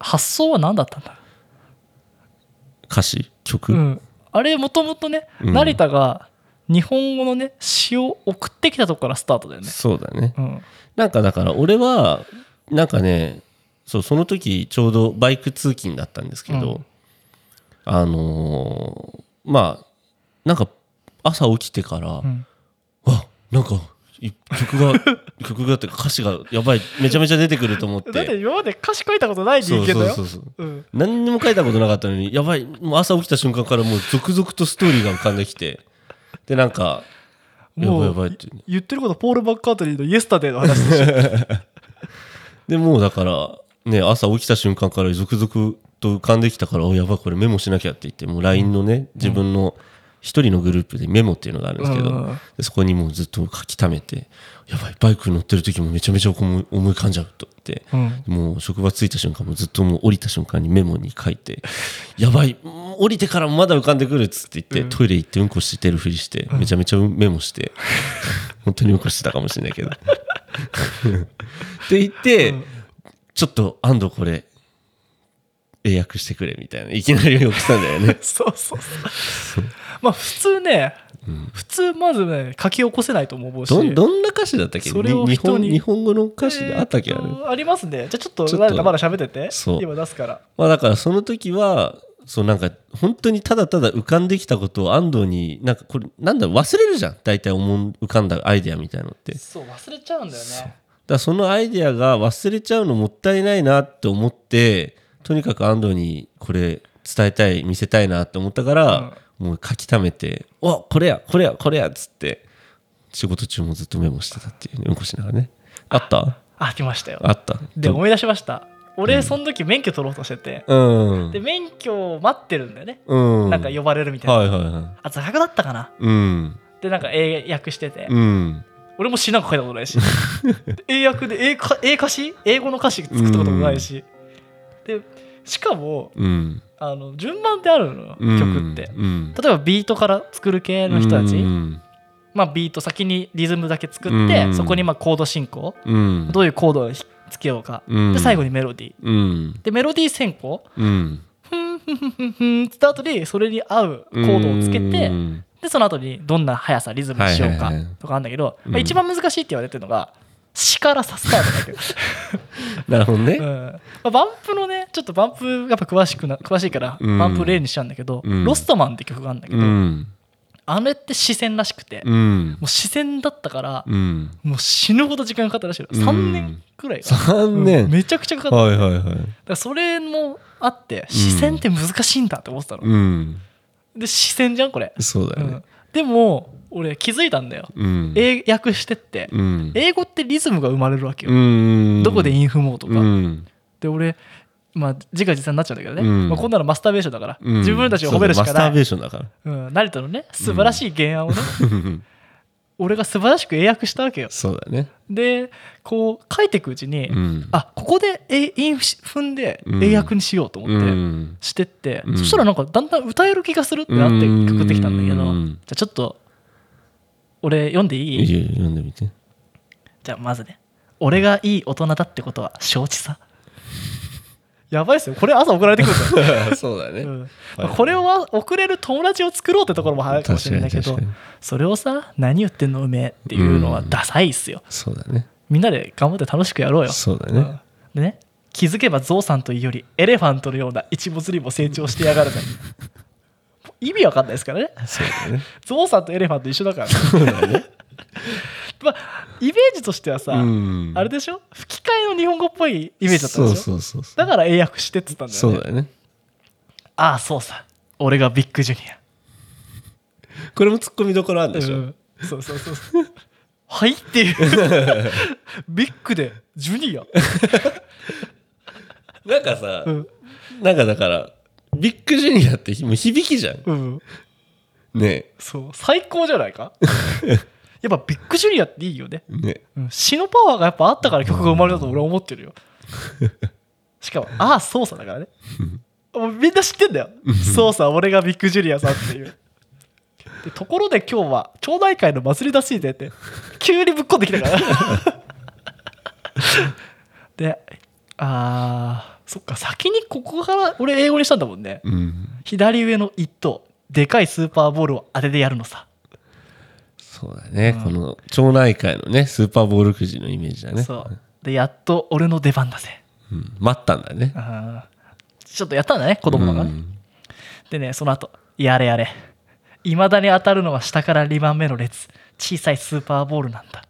[SPEAKER 2] 発想は何だったんだ
[SPEAKER 1] 歌詞曲、
[SPEAKER 2] うん、あれもともとね、
[SPEAKER 1] うん
[SPEAKER 2] 成田が日本語のね詩を送ってきたとこからスタートだよね。
[SPEAKER 1] そうだね
[SPEAKER 2] うん、
[SPEAKER 1] なんかだから俺はなんかねそうその時ちょうどバイク通勤だったんですけど、
[SPEAKER 2] うん
[SPEAKER 1] あのーまあなんか朝起きてから、
[SPEAKER 2] うん
[SPEAKER 1] あなんかい曲が 曲がっていうか歌詞がやばいめちゃめちゃ出てくると思って
[SPEAKER 2] だって今まで歌詞書いたことない人
[SPEAKER 1] そう
[SPEAKER 2] 間
[SPEAKER 1] そう
[SPEAKER 2] だよ
[SPEAKER 1] そ。うそう
[SPEAKER 2] うん
[SPEAKER 1] 何にも書いたことなかったのにやばいもう朝起きた瞬間からもう続々とストーリーが浮かんできてでなんかやばいやばいって
[SPEAKER 2] 言ってることポール・バックカートリーのイエスタデーの話でしょ
[SPEAKER 1] でもうだからね朝起きた瞬間から続々と浮かんできたからおやばいこれメモしなきゃって言ってもう LINE のね自分の一人のグループでメモっていうのがあるんですけど、
[SPEAKER 2] うん
[SPEAKER 1] でそこにもうずっと書き溜めてやばいバイクに乗ってる時もめちゃめちゃ思い思い浮かんじゃうとって、
[SPEAKER 2] うん。
[SPEAKER 1] もう職場着いた瞬間もずっともう降りた瞬間にメモに書いて「やばいうん降りてからもまだ浮かんでくる」っつって言って、トイレ行ってうんこしてるふりしてめちゃめちゃメモして、 本当にうんこしてたかもしれないけど。って言って、ちょっと安藤これ英訳してくれみたいないきなり送ったんだよね
[SPEAKER 2] そうそうそう。まあ普通ね、普通まずね書き起こせないと思うし。
[SPEAKER 1] どんどんな歌詞だったっけ
[SPEAKER 2] それを
[SPEAKER 1] に日
[SPEAKER 2] 人
[SPEAKER 1] 本
[SPEAKER 2] に
[SPEAKER 1] 日本語の歌詞があったっけ
[SPEAKER 2] え
[SPEAKER 1] あれ
[SPEAKER 2] ーとありますね。じゃあちょっと
[SPEAKER 1] ちょっと
[SPEAKER 2] 成田まだ喋ってて
[SPEAKER 1] そう
[SPEAKER 2] 今出すから。
[SPEAKER 1] まあだからその時はそうなんか本当にただただ浮かんできたことを安藤になんかこれなんだ忘れるじゃん大体思う浮かんだアイデアみたいのってだか
[SPEAKER 2] そう忘れちゃうんだよね。
[SPEAKER 1] らそのアイデアが忘れちゃうのもったいないなって思ってとにかく安藤にこれ伝えたい見せたいなって思ったから、もう書き溜めて「おこれやこれやこれや」っつって仕事中もずっとメモしてたっていうねうんこしながらねあった
[SPEAKER 2] あ来ましたよ。
[SPEAKER 1] あった
[SPEAKER 2] で
[SPEAKER 1] ど
[SPEAKER 2] 思い出しました俺その時免許取ろうとしてて、
[SPEAKER 1] うん
[SPEAKER 2] で免許を待ってるんだよね、
[SPEAKER 1] うん
[SPEAKER 2] なんか呼ばれるみたいな、
[SPEAKER 1] はいはいはい
[SPEAKER 2] あ座学だったかな
[SPEAKER 1] うん
[SPEAKER 2] でなんか英訳してて、
[SPEAKER 1] うん
[SPEAKER 2] 俺も詩なんか書いたことな いしで英訳で英か英歌詞英語の歌詞作ったこともないし、でしかも
[SPEAKER 1] うん
[SPEAKER 2] あの順番ってあるのよ、曲って
[SPEAKER 1] うん、
[SPEAKER 2] 例えばビートから作る系の人たち、
[SPEAKER 1] うん
[SPEAKER 2] まあ、ビート先にリズムだけ作って、
[SPEAKER 1] うん
[SPEAKER 2] そこにまあコード進行、
[SPEAKER 1] うん、
[SPEAKER 2] どういうコードをひつけようか、
[SPEAKER 1] うん
[SPEAKER 2] で最後にメロディー
[SPEAKER 1] うん
[SPEAKER 2] でメロディー先行
[SPEAKER 1] うん、
[SPEAKER 2] ふんふんって後にそれに合うコードをつけて
[SPEAKER 1] うん
[SPEAKER 2] でその後にどんな速さリズムにしようか
[SPEAKER 1] はいはいはい
[SPEAKER 2] とかあるんだけど、
[SPEAKER 1] うん
[SPEAKER 2] まあ一番難しいって言われてるのが「死からさスタート」だけど、
[SPEAKER 1] なるほどね
[SPEAKER 2] うん。まあ、バンプのねちょっとバンプやっぱ詳しくな詳しいから
[SPEAKER 1] うん
[SPEAKER 2] バンプ例にしちゃうんだけど「
[SPEAKER 1] うん
[SPEAKER 2] ロストマン」って曲があるんだけ
[SPEAKER 1] う
[SPEAKER 2] ど、
[SPEAKER 1] ん
[SPEAKER 2] あれって視線らしくて、
[SPEAKER 1] う
[SPEAKER 2] も
[SPEAKER 1] ん
[SPEAKER 2] う視線だったから、
[SPEAKER 1] うん、
[SPEAKER 2] もう死ぬほど時間かかったらしいよ
[SPEAKER 1] うん
[SPEAKER 2] 3年くらいかな
[SPEAKER 1] 3年、
[SPEAKER 2] うんめちゃくちゃかかった、
[SPEAKER 1] はいはいはい。
[SPEAKER 2] だからそれもあって視線って難しいんだって思ってたの、
[SPEAKER 1] うん、
[SPEAKER 2] で視線じゃんこれ
[SPEAKER 1] そうだ
[SPEAKER 2] う
[SPEAKER 1] よね
[SPEAKER 2] ん。、でも俺気づいたんだよ
[SPEAKER 1] うん、
[SPEAKER 2] 英訳してって、
[SPEAKER 1] うん、
[SPEAKER 2] 英語ってリズムが生まれるわけよ、
[SPEAKER 1] うん、
[SPEAKER 2] どこで
[SPEAKER 1] い
[SPEAKER 2] インフモーとか、
[SPEAKER 1] うん、
[SPEAKER 2] で俺まあ自画自賛になっちゃうんだけどね、
[SPEAKER 1] うん
[SPEAKER 2] まあ、こんなのマスターベーションだから、
[SPEAKER 1] うん
[SPEAKER 2] 自分たちを褒めるしか
[SPEAKER 1] そうだマスタ
[SPEAKER 2] な
[SPEAKER 1] ーベ
[SPEAKER 2] い
[SPEAKER 1] ーションだから。
[SPEAKER 2] うん、成田のね素晴らしい原案をね、
[SPEAKER 1] うん
[SPEAKER 2] 俺が素晴らしく英訳したわけよ
[SPEAKER 1] そうだね。
[SPEAKER 2] でこう書いていくうちに、
[SPEAKER 1] うん。
[SPEAKER 2] あここでえ韻踏んで
[SPEAKER 1] うん
[SPEAKER 2] 英訳にしようと思
[SPEAKER 1] う
[SPEAKER 2] って
[SPEAKER 1] ん。
[SPEAKER 2] してって、
[SPEAKER 1] うん
[SPEAKER 2] そしたらなんかだんだん歌える気がするってなって
[SPEAKER 1] うん
[SPEAKER 2] くくってきたんだけど、
[SPEAKER 1] うん
[SPEAKER 2] じゃあちょっと俺読んでい
[SPEAKER 1] い
[SPEAKER 2] い
[SPEAKER 1] いよ、読んでみて。
[SPEAKER 2] じゃあまずね俺がいい大人だってことは承知さやばいっすよこれ朝送られてくるから
[SPEAKER 1] そうだね
[SPEAKER 2] うんまあこれを送れる友達を作ろうってところも早いかもしれないけ
[SPEAKER 1] 確
[SPEAKER 2] ど
[SPEAKER 1] かに確か
[SPEAKER 2] それをさ何言ってんのうめえっていうのはダサいっすよ
[SPEAKER 1] そうだね。
[SPEAKER 2] みんなで頑張って楽しくやろうよ
[SPEAKER 1] そうだね。
[SPEAKER 2] でね気づけばゾウさんというよりエレファントのような一物にも成長してやがるぜ意味わかんないですからね
[SPEAKER 1] そうだね。
[SPEAKER 2] ゾウさんとエレファント一緒だから まあイメージとしてはさ、
[SPEAKER 1] うん
[SPEAKER 2] あれでしょ吹き替えの日本語っぽいイメージだったでし
[SPEAKER 1] そ
[SPEAKER 2] ょ
[SPEAKER 1] うそうそうそう。
[SPEAKER 2] だから英訳してって言ったんだよ
[SPEAKER 1] そ
[SPEAKER 2] ね
[SPEAKER 1] うだよね。
[SPEAKER 2] ああそうさ俺がビッグジュニア
[SPEAKER 1] これも突っ込みどころあるでし
[SPEAKER 2] う
[SPEAKER 1] ょ。
[SPEAKER 2] んそうそうそうそうはいっていう ビッグでジュニア、
[SPEAKER 1] なんかさ
[SPEAKER 2] う、ん
[SPEAKER 1] なんかだから、ビッグジュニアってもう響きじゃん。
[SPEAKER 2] うん、
[SPEAKER 1] ね
[SPEAKER 2] そう最高じゃな いかやっぱビッグジュニアっていいよね、
[SPEAKER 1] え。ね
[SPEAKER 2] うん、詩のパワーがやっぱあったから曲が生まれたと俺は思って るよしかもああ操作だからねもうみんな知ってんだよ操作俺がビッグジュニアさんっていうでところで今日は町内会の祭りらしいでって急にぶっこんできたから であーそっか先にここから俺英語にしたんだもんね
[SPEAKER 1] うん。
[SPEAKER 2] 左上の一等でかいスーパーボールを当ててやるのさ
[SPEAKER 1] そうだね、この町内会のねスーパーボールくじのイメージだね
[SPEAKER 2] そうでやっと俺の出番だぜ
[SPEAKER 1] うん、待ったんだね
[SPEAKER 2] あーちょっとやったんだね子供のがね、
[SPEAKER 1] うん
[SPEAKER 2] でねその後やれやれいまだに当たるのは下から2番目の列小さいスーパーボールなんだ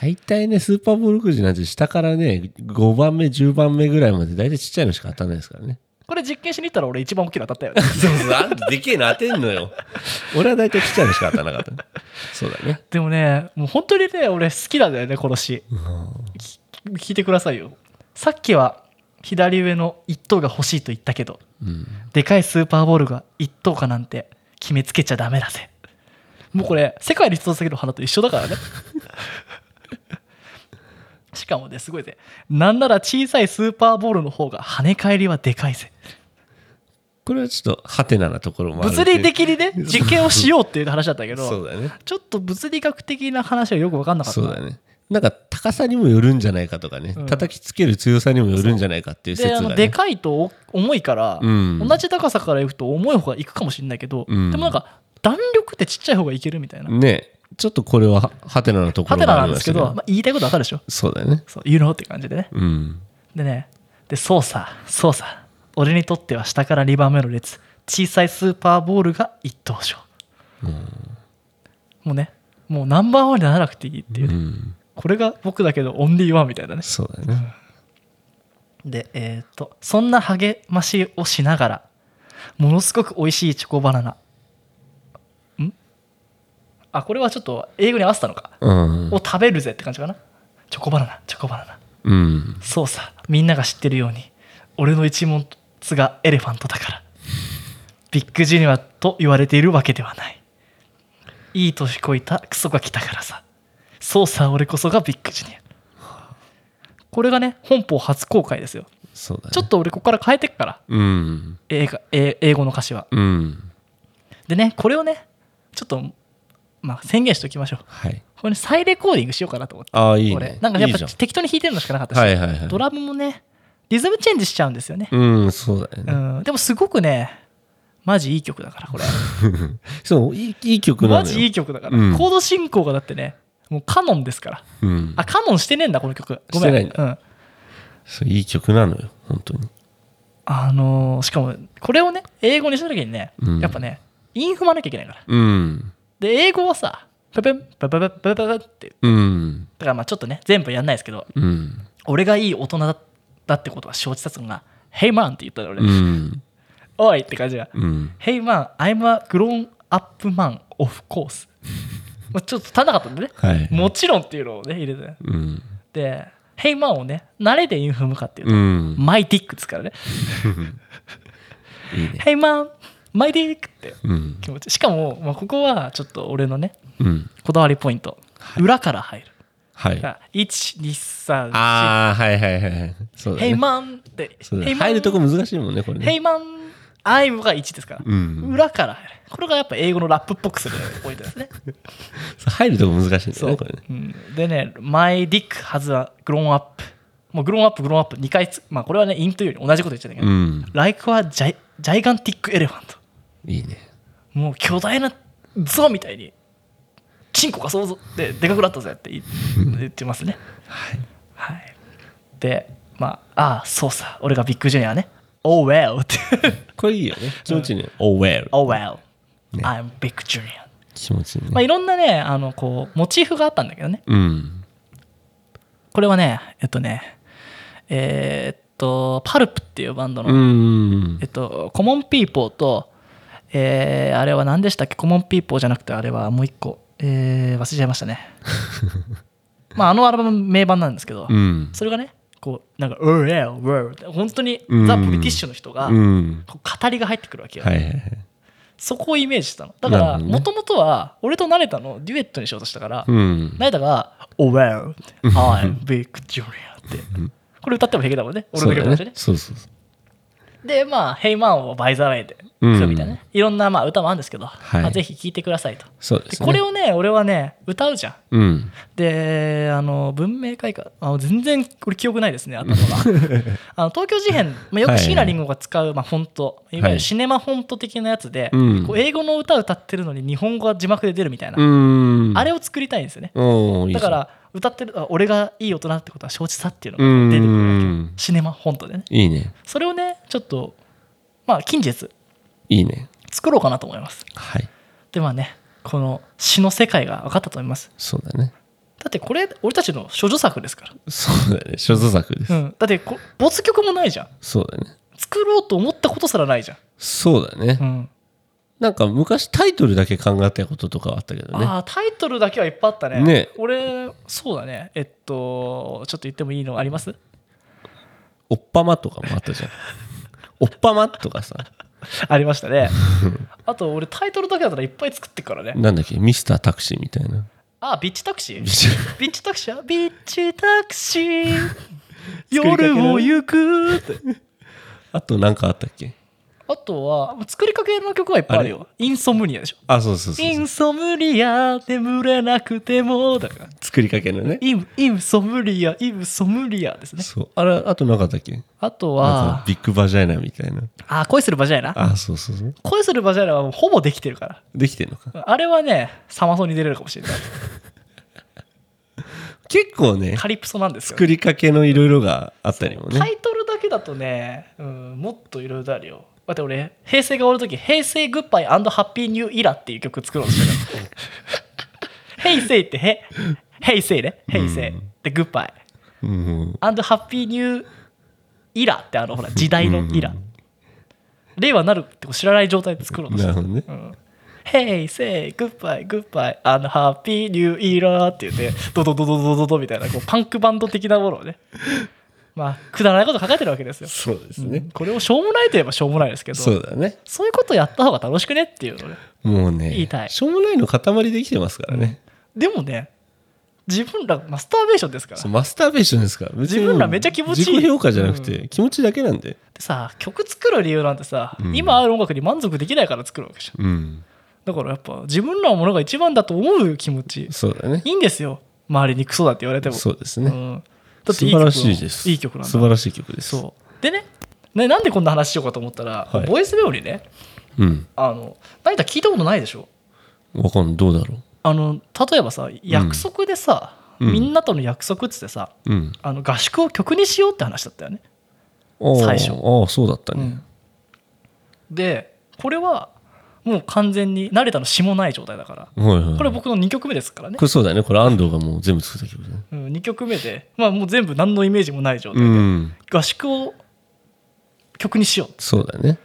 [SPEAKER 1] 大体ねスーパーボールくじなんて下からね5番目10番目ぐらいまで大体ちっちゃいのしか当たんないですからね
[SPEAKER 2] これ実験しに行ったら俺一番大きいの当たったよ ね
[SPEAKER 1] そうそうあんたでけえの当てんのよ 俺は大体ちっちゃいのしか当たらなかった、そうだね
[SPEAKER 2] でもねもう本当にね俺好きなんだよねこの詩き聞いてくださいよさっきは左上の1等が欲しいと言ったけど
[SPEAKER 1] うん
[SPEAKER 2] でかいスーパーボールが1等かなんて決めつけちゃダメだぜもうこれ世界に一つだけの花と一緒だからね しかもねすごいぜなんなら小さいスーパーボールの方が跳ね返りはでかいぜ
[SPEAKER 1] これはちょっとハテナなところもある
[SPEAKER 2] 物理的 にね実験をしようっていう話だったけ
[SPEAKER 1] そう
[SPEAKER 2] ど
[SPEAKER 1] だね
[SPEAKER 2] ちょっと物理学的な話はよく分かんなかった
[SPEAKER 1] そうだねなんか高さにもよるんじゃないかとかね、
[SPEAKER 2] うん
[SPEAKER 1] 叩きつける強さにもよるんじゃないかっていう説
[SPEAKER 2] であ
[SPEAKER 1] が、ね、
[SPEAKER 2] のでかいとお重いから、
[SPEAKER 1] うん
[SPEAKER 2] 同じ高さからいくと重い方がいくかもしれないけど、
[SPEAKER 1] うん
[SPEAKER 2] でもなんか弾力ってちっちゃい方がいけるみたいな、
[SPEAKER 1] ねちょっとこれははハテナのとこ
[SPEAKER 2] ハ
[SPEAKER 1] ろ
[SPEAKER 2] テナ
[SPEAKER 1] が
[SPEAKER 2] な
[SPEAKER 1] あ
[SPEAKER 2] ん
[SPEAKER 1] り
[SPEAKER 2] で
[SPEAKER 1] ますした
[SPEAKER 2] け
[SPEAKER 1] ね
[SPEAKER 2] ど、まあ、言いたいことわかるでしょ
[SPEAKER 1] そうだよね
[SPEAKER 2] そう、you know って感じでね。
[SPEAKER 1] うん
[SPEAKER 2] でね、で、操作、操作。俺にとっては下から2番目の列、小さいスーパーボールが一等賞。もうね、もうナンバーワンにならなくていいっていう
[SPEAKER 1] う
[SPEAKER 2] ね。
[SPEAKER 1] ん
[SPEAKER 2] これが僕だけどオンリーワンみたいなね。
[SPEAKER 1] そうだね
[SPEAKER 2] で、えっ、と、そんな励ましをしながら、ものすごく美味しいチョコバナナ。んあ、これはちょっと英語に合わせたのか。
[SPEAKER 1] うん
[SPEAKER 2] を食べるぜって感じかな。チョコバナナ、チョコバナナ。
[SPEAKER 1] うん
[SPEAKER 2] そうさみんなが知ってるように俺の一物がエレファントだからビッグジュニアと言われているわけではないいい年こいたクソが来たからさそうさ俺こそがビッグジュニアこれがね本邦初公開ですよ
[SPEAKER 1] そうだね
[SPEAKER 2] ちょっと俺ここから変えてっから
[SPEAKER 1] うん
[SPEAKER 2] 映画え英語の歌詞は
[SPEAKER 1] うん
[SPEAKER 2] でねこれをねちょっとまあ宣言しておきましょう
[SPEAKER 1] はい
[SPEAKER 2] これ、ね、再レコーディングしようかなと思って
[SPEAKER 1] ああいい
[SPEAKER 2] 俺
[SPEAKER 1] ね
[SPEAKER 2] なんかやっ
[SPEAKER 1] いい
[SPEAKER 2] ぱ
[SPEAKER 1] じゃん
[SPEAKER 2] 適当に弾いてるのしかなかったし、
[SPEAKER 1] はいはいはい
[SPEAKER 2] ドラムもねリズムチェンジしちゃうんですよね、
[SPEAKER 1] うんそうだよ
[SPEAKER 2] う
[SPEAKER 1] ね
[SPEAKER 2] ん、でもすごくねマジいい曲だからこれ
[SPEAKER 1] そういいいい曲なのよ
[SPEAKER 2] マジいい曲だから、
[SPEAKER 1] うん
[SPEAKER 2] コード進行がだってねもうカノンですから
[SPEAKER 1] うん
[SPEAKER 2] あカノンしてねえんだこの曲ごめん
[SPEAKER 1] してないんだ
[SPEAKER 2] うん、
[SPEAKER 1] そういい曲なのよ本当に
[SPEAKER 2] あのーしかもこれをね英語にした時にね、
[SPEAKER 1] うん
[SPEAKER 2] やっぱねイン踏まなきゃいけないから
[SPEAKER 1] うん
[SPEAKER 2] で英語はさペペンペペペペペペペって
[SPEAKER 1] うん
[SPEAKER 2] だからまあちょっとね全部やんないですけど
[SPEAKER 1] うん
[SPEAKER 2] 俺がいい大人だだってことは承知さすが「Hey man」って言ったの俺、
[SPEAKER 1] うん
[SPEAKER 2] おいって感じが
[SPEAKER 1] うん
[SPEAKER 2] 「Hey man I'm a grown up man of course まあ」ちょっと足んなかったんでね
[SPEAKER 1] はい
[SPEAKER 2] もちろんっていうのをね入れて
[SPEAKER 1] うん
[SPEAKER 2] で「ヘイマン」をね慣れでインフムかっていう
[SPEAKER 1] う
[SPEAKER 2] と、
[SPEAKER 1] ん
[SPEAKER 2] マイティックですからね「
[SPEAKER 1] いいね
[SPEAKER 2] ヘイマンマイディックって
[SPEAKER 1] うん
[SPEAKER 2] 気持ちしかも、まあ、ここはちょっと俺のね
[SPEAKER 1] うん
[SPEAKER 2] こだわりポイント、裏から入る
[SPEAKER 1] はい
[SPEAKER 2] 1234
[SPEAKER 1] ああはいはいはいはいそう
[SPEAKER 2] 「
[SPEAKER 1] だね、
[SPEAKER 2] ヘイマン」って「
[SPEAKER 1] そうだね
[SPEAKER 2] ヘイマン
[SPEAKER 1] 入るとこ難しいもんねこれ
[SPEAKER 2] ヘイ
[SPEAKER 1] ね
[SPEAKER 2] マン」「アイム」が1ですから、
[SPEAKER 1] うん
[SPEAKER 2] 裏から入るこれがやっぱ英語のラップっぽくするポイン トですね
[SPEAKER 1] そう入るとこ難しいんだよねこれね
[SPEAKER 2] うんでね「マイディックハズはグローンアップ」もうグローンアップグローンアップ2回つまあこれはねインというより同じこと言っちゃうんだけ
[SPEAKER 1] う
[SPEAKER 2] ど
[SPEAKER 1] ん
[SPEAKER 2] 「ライクはジャイジャイガンティックエレファント」
[SPEAKER 1] いいね
[SPEAKER 2] もう巨大な象みたいにチンコがそうぞででかくなったぜっ て言い言ってますねはい、でまあああそうさ俺がビッグジュニアね Oh well って
[SPEAKER 1] これいいよね気持ちいいね Oh well
[SPEAKER 2] Oh well、
[SPEAKER 1] ね
[SPEAKER 2] I'm big junior
[SPEAKER 1] 気持ちいいね、
[SPEAKER 2] まあいろんなねあのこうモチーフがあったんだけどね
[SPEAKER 1] うん
[SPEAKER 2] これはねえっとねえーっとパルプっていうバンド
[SPEAKER 1] う
[SPEAKER 2] の、
[SPEAKER 1] ん
[SPEAKER 2] えっとコモンピーポーとえーあれは何でしたっけコモンピーポーじゃなくてあれはもう一個えー忘れちゃいま したねまああのアルバム名盤なんですけど、
[SPEAKER 1] うん
[SPEAKER 2] それがねこうなんか「うえうえ」本当にザ・ブリティッシュの人が、
[SPEAKER 1] うん
[SPEAKER 2] こう語りが入ってくるわけよ、
[SPEAKER 1] はいはいはい
[SPEAKER 2] そこをイメージしたのだから
[SPEAKER 1] なるほどね
[SPEAKER 2] もともとは俺と成田のデュエットにしようとしたから、
[SPEAKER 1] うん
[SPEAKER 2] 成田が「Oh well I'm big junior」ってこれ歌っても平気だもんね俺
[SPEAKER 1] そ
[SPEAKER 2] の
[SPEAKER 1] う
[SPEAKER 2] 曲
[SPEAKER 1] だ
[SPEAKER 2] だしね
[SPEAKER 1] ねそうそうそう
[SPEAKER 2] でまあ「Hey Man」をバイザーウェイで
[SPEAKER 1] うん
[SPEAKER 2] 来るみたいなね、いろんなまあ歌もあるんですけど、
[SPEAKER 1] はい
[SPEAKER 2] まあ、ぜひ聴いてくださいと
[SPEAKER 1] そうで
[SPEAKER 2] です
[SPEAKER 1] ね
[SPEAKER 2] これをね俺はね歌うじゃん
[SPEAKER 1] うん
[SPEAKER 2] であの文明開化あ全然これ記憶ないです ね頭があの東京事変、まあ、よ
[SPEAKER 1] はいは
[SPEAKER 2] く
[SPEAKER 1] い
[SPEAKER 2] 椎名林檎が使う、まあ、フォントいわゆ
[SPEAKER 1] は
[SPEAKER 2] る
[SPEAKER 1] い
[SPEAKER 2] シネマフォント的なやつで、
[SPEAKER 1] うん
[SPEAKER 2] こう英語の歌歌ってるのに日本語が字幕で出るみたいな、
[SPEAKER 1] うん
[SPEAKER 2] あれを作りたいんですよね
[SPEAKER 1] おーいい
[SPEAKER 2] だ
[SPEAKER 1] じゃ
[SPEAKER 2] か
[SPEAKER 1] ん
[SPEAKER 2] ら歌ってるあ俺がいい大人ってことは承知さっていう
[SPEAKER 1] う
[SPEAKER 2] のが出てくるわけよ
[SPEAKER 1] ん
[SPEAKER 2] シネマフォントでね
[SPEAKER 1] いいね
[SPEAKER 2] それをねちょっとまあ近日
[SPEAKER 1] いいね
[SPEAKER 2] 作ろうかなと思います
[SPEAKER 1] はい
[SPEAKER 2] でまあねこの詩の世界が分かったと思います
[SPEAKER 1] そうだね
[SPEAKER 2] だってこれ俺たちの処女作ですから
[SPEAKER 1] そうだね所蔵作です、
[SPEAKER 2] うん、だってこ没曲もないじゃん
[SPEAKER 1] そうだね
[SPEAKER 2] 作ろうと思ったことすらないじゃん、
[SPEAKER 1] そうだね、
[SPEAKER 2] うん
[SPEAKER 1] なんか昔タイトルだけ考えたこととかはあったけどね
[SPEAKER 2] ああタイトルだけはいっぱいあったね
[SPEAKER 1] ね
[SPEAKER 2] 俺そうだねえっとちょっと言ってもいいのあります
[SPEAKER 1] おっぱまとかもあったじゃんおっぱまとかさ
[SPEAKER 2] ありました ねあと俺タイトルだけだったらいっぱい作ってっからね
[SPEAKER 1] なんだっけミスタータクシーみたいな
[SPEAKER 2] ああビッチタクシー
[SPEAKER 1] ビジュアル
[SPEAKER 2] ビッチタクシーはビッチタクシー
[SPEAKER 1] りかけだね
[SPEAKER 2] 夜を行くって
[SPEAKER 1] あとなんかあったっけ
[SPEAKER 2] あとは作りかけの曲はいっぱいあるよインソムニアでしょ
[SPEAKER 1] あそうそうそう
[SPEAKER 2] イ
[SPEAKER 1] そう
[SPEAKER 2] ンソムニア眠れなくてもだから
[SPEAKER 1] 作りかけのね
[SPEAKER 2] イブ、イブソムリア、イブソムリアですね。
[SPEAKER 1] そうあれあとなかったっけ
[SPEAKER 2] あと
[SPEAKER 1] なんか
[SPEAKER 2] は、
[SPEAKER 1] ビッグバジャイナみたいな
[SPEAKER 2] あ、恋するバジャイナ。
[SPEAKER 1] あそうそうそう
[SPEAKER 2] 恋するバジャイナはもうほぼできてるか。
[SPEAKER 1] できてんのから
[SPEAKER 2] あれはね、サマソに出れるかもしれない。
[SPEAKER 1] 結構ね
[SPEAKER 2] カリプソなんですよ。
[SPEAKER 1] 作りかけのいろいろがあったりも
[SPEAKER 2] タ
[SPEAKER 1] ね
[SPEAKER 2] イトルだけだとね、うん、もっといろいろあるよ。だって俺、平成が終わるとき、平成グッバイハッピーニューイラっていう曲作ろうとして た。平成ってへ、平成ね、平成。で、グッバイ。
[SPEAKER 1] うん
[SPEAKER 2] アンドハッピーニューイラってあのほら時代のイラ、令和なるって知らない状態で作ろうとし
[SPEAKER 1] な
[SPEAKER 2] て
[SPEAKER 1] るほ
[SPEAKER 2] る
[SPEAKER 1] どね
[SPEAKER 2] うん「Hey say goodbye goodbye and happy new era」って言ってドドドドドドドみたいなこうパンクバンド的なものをねまあくだらないこと考えてるわけですよ
[SPEAKER 1] そうですね
[SPEAKER 2] これをしょうもないといえばしょうもないですけど
[SPEAKER 1] そうだね
[SPEAKER 2] そういうことやった方が楽しくねっていうのね
[SPEAKER 1] もうね
[SPEAKER 2] 言いたい
[SPEAKER 1] しょうもないの塊できてますからね
[SPEAKER 2] でもね自分らマスターベーションですから
[SPEAKER 1] そうマスターベーションですから別に
[SPEAKER 2] 自分らめっちゃ気持ちいい
[SPEAKER 1] 自己評価じゃなくて気持ちだけなんで
[SPEAKER 2] でさ曲作る理由なんてさ、
[SPEAKER 1] うん
[SPEAKER 2] 今ある音楽に満足できないから作るわけじゃん
[SPEAKER 1] うん
[SPEAKER 2] だからやっぱ自分らのものが一番だと思う気持ち
[SPEAKER 1] そうだね
[SPEAKER 2] いいんですよ周りにクソだって言われても
[SPEAKER 1] そうです
[SPEAKER 2] う
[SPEAKER 1] ね
[SPEAKER 2] ん、だ
[SPEAKER 1] 素
[SPEAKER 2] っていい
[SPEAKER 1] 晴
[SPEAKER 2] 曲
[SPEAKER 1] ら
[SPEAKER 2] だ
[SPEAKER 1] しいです
[SPEAKER 2] いい曲なんだ
[SPEAKER 1] 素晴らしい曲です
[SPEAKER 2] そうでねねなんでこんな話しようかと思ったら、
[SPEAKER 1] はい
[SPEAKER 2] ボイスメモリーね
[SPEAKER 1] うん
[SPEAKER 2] あの何か聞いたことないでしょ
[SPEAKER 1] わかんないどうだろ
[SPEAKER 2] あの例えばさ約束でさ、
[SPEAKER 1] うん
[SPEAKER 2] みんなとの約束っつってさ
[SPEAKER 1] ううん
[SPEAKER 2] あの合宿を曲にしようって話だったよね、
[SPEAKER 1] あー
[SPEAKER 2] 最初
[SPEAKER 1] ああそうだったね
[SPEAKER 2] でこれはもう完全に慣れたの詩もない状態だから
[SPEAKER 1] はいはい
[SPEAKER 2] これ僕の2曲目ですからね
[SPEAKER 1] こ、れそうだねこれ安藤がもう全部作った曲だね
[SPEAKER 2] うん、2曲目で、まあ、もう全部何のイメージもない状態
[SPEAKER 1] う
[SPEAKER 2] で、
[SPEAKER 1] ん
[SPEAKER 2] 合宿を曲にしよ
[SPEAKER 1] そうだね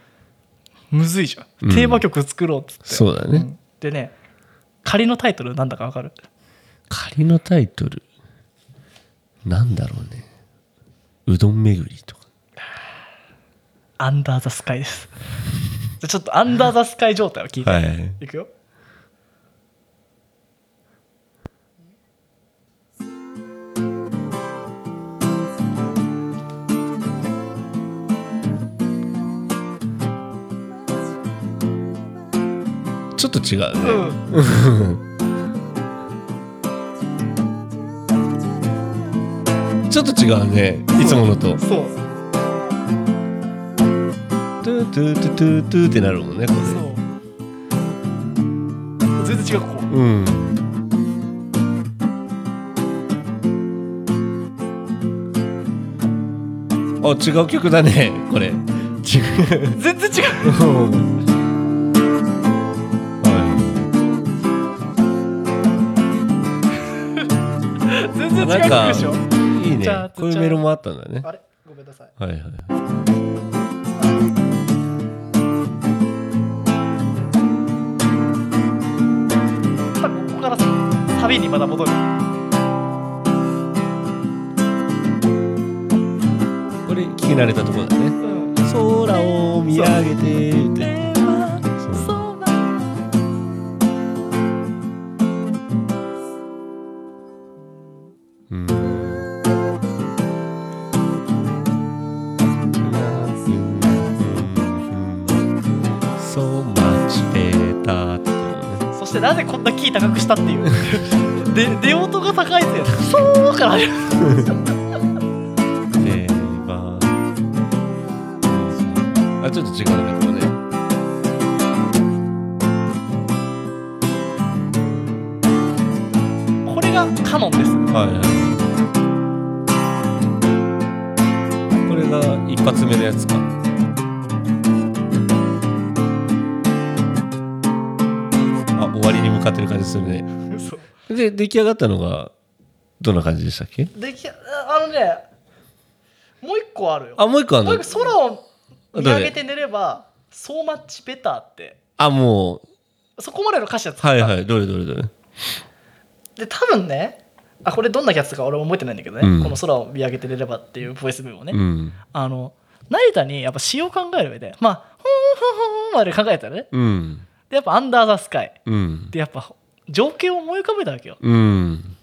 [SPEAKER 2] うむずいじゃん、
[SPEAKER 1] うん
[SPEAKER 2] テーマ曲作ろうっつって
[SPEAKER 1] そうだね、
[SPEAKER 2] んでね仮のタイトルなんだかわかる
[SPEAKER 1] 仮のタイトルなんだろうねうどん巡りとか
[SPEAKER 2] 「アンダー・ザ・スカイ」ですあちょっとアンダーザスカイ状態を聞いて、、
[SPEAKER 1] はいい。
[SPEAKER 2] くよ
[SPEAKER 1] ちょっと違う
[SPEAKER 2] う
[SPEAKER 1] ね。
[SPEAKER 2] ん
[SPEAKER 1] ちょっと違うね。いつものと。
[SPEAKER 2] そう
[SPEAKER 1] トゥートゥートゥートゥートゥーってなるもんね、これ。
[SPEAKER 2] そう全然違うここ
[SPEAKER 1] うん。あ、違う曲だね、 これ。違う。
[SPEAKER 2] 全然違う
[SPEAKER 1] は
[SPEAKER 2] 全然違う
[SPEAKER 1] なんか
[SPEAKER 2] 曲でしょ
[SPEAKER 1] い。いいね
[SPEAKER 2] じゃあ。
[SPEAKER 1] こういうメロもあったんだね。
[SPEAKER 2] あれごめんなさい
[SPEAKER 1] はいはい。
[SPEAKER 2] まあここからサビにまだ戻る
[SPEAKER 1] これ聞き慣れたところだね。
[SPEAKER 2] うん
[SPEAKER 1] 空を見上げてって。うん。So much better っていうね。
[SPEAKER 2] そしてなぜこんなキー高くしたっていう で出音が高いぜそうから始まる
[SPEAKER 1] でまああちょっと違うねここね
[SPEAKER 2] これがカノンです
[SPEAKER 1] はいはいこれが一発目のやつかあ終わりに向かってる感じするねで出来上がったのがどんな感じでしたっけ
[SPEAKER 2] できあのねもう一個あるよ
[SPEAKER 1] あもう一個ある
[SPEAKER 2] もう
[SPEAKER 1] の
[SPEAKER 2] 一個空を見上げて寝れば「So much better」って
[SPEAKER 1] あもう
[SPEAKER 2] そこまでの歌詞は作った、
[SPEAKER 1] はいはいどれどれどれ
[SPEAKER 2] で多分ねあこれどんなやつか俺も覚えてないんだけどね、
[SPEAKER 1] うん
[SPEAKER 2] この空を見上げて寝ればっていうボイス部分をね、
[SPEAKER 1] うん
[SPEAKER 2] あの成田にやっぱ詩を考える上でまあ「ふんふんふん」まで考えたらね
[SPEAKER 1] うん
[SPEAKER 2] でやっぱ「アンダー・ザ・スカイ」
[SPEAKER 1] うん
[SPEAKER 2] でやっぱ情景を思い浮かべたわけよ
[SPEAKER 1] うん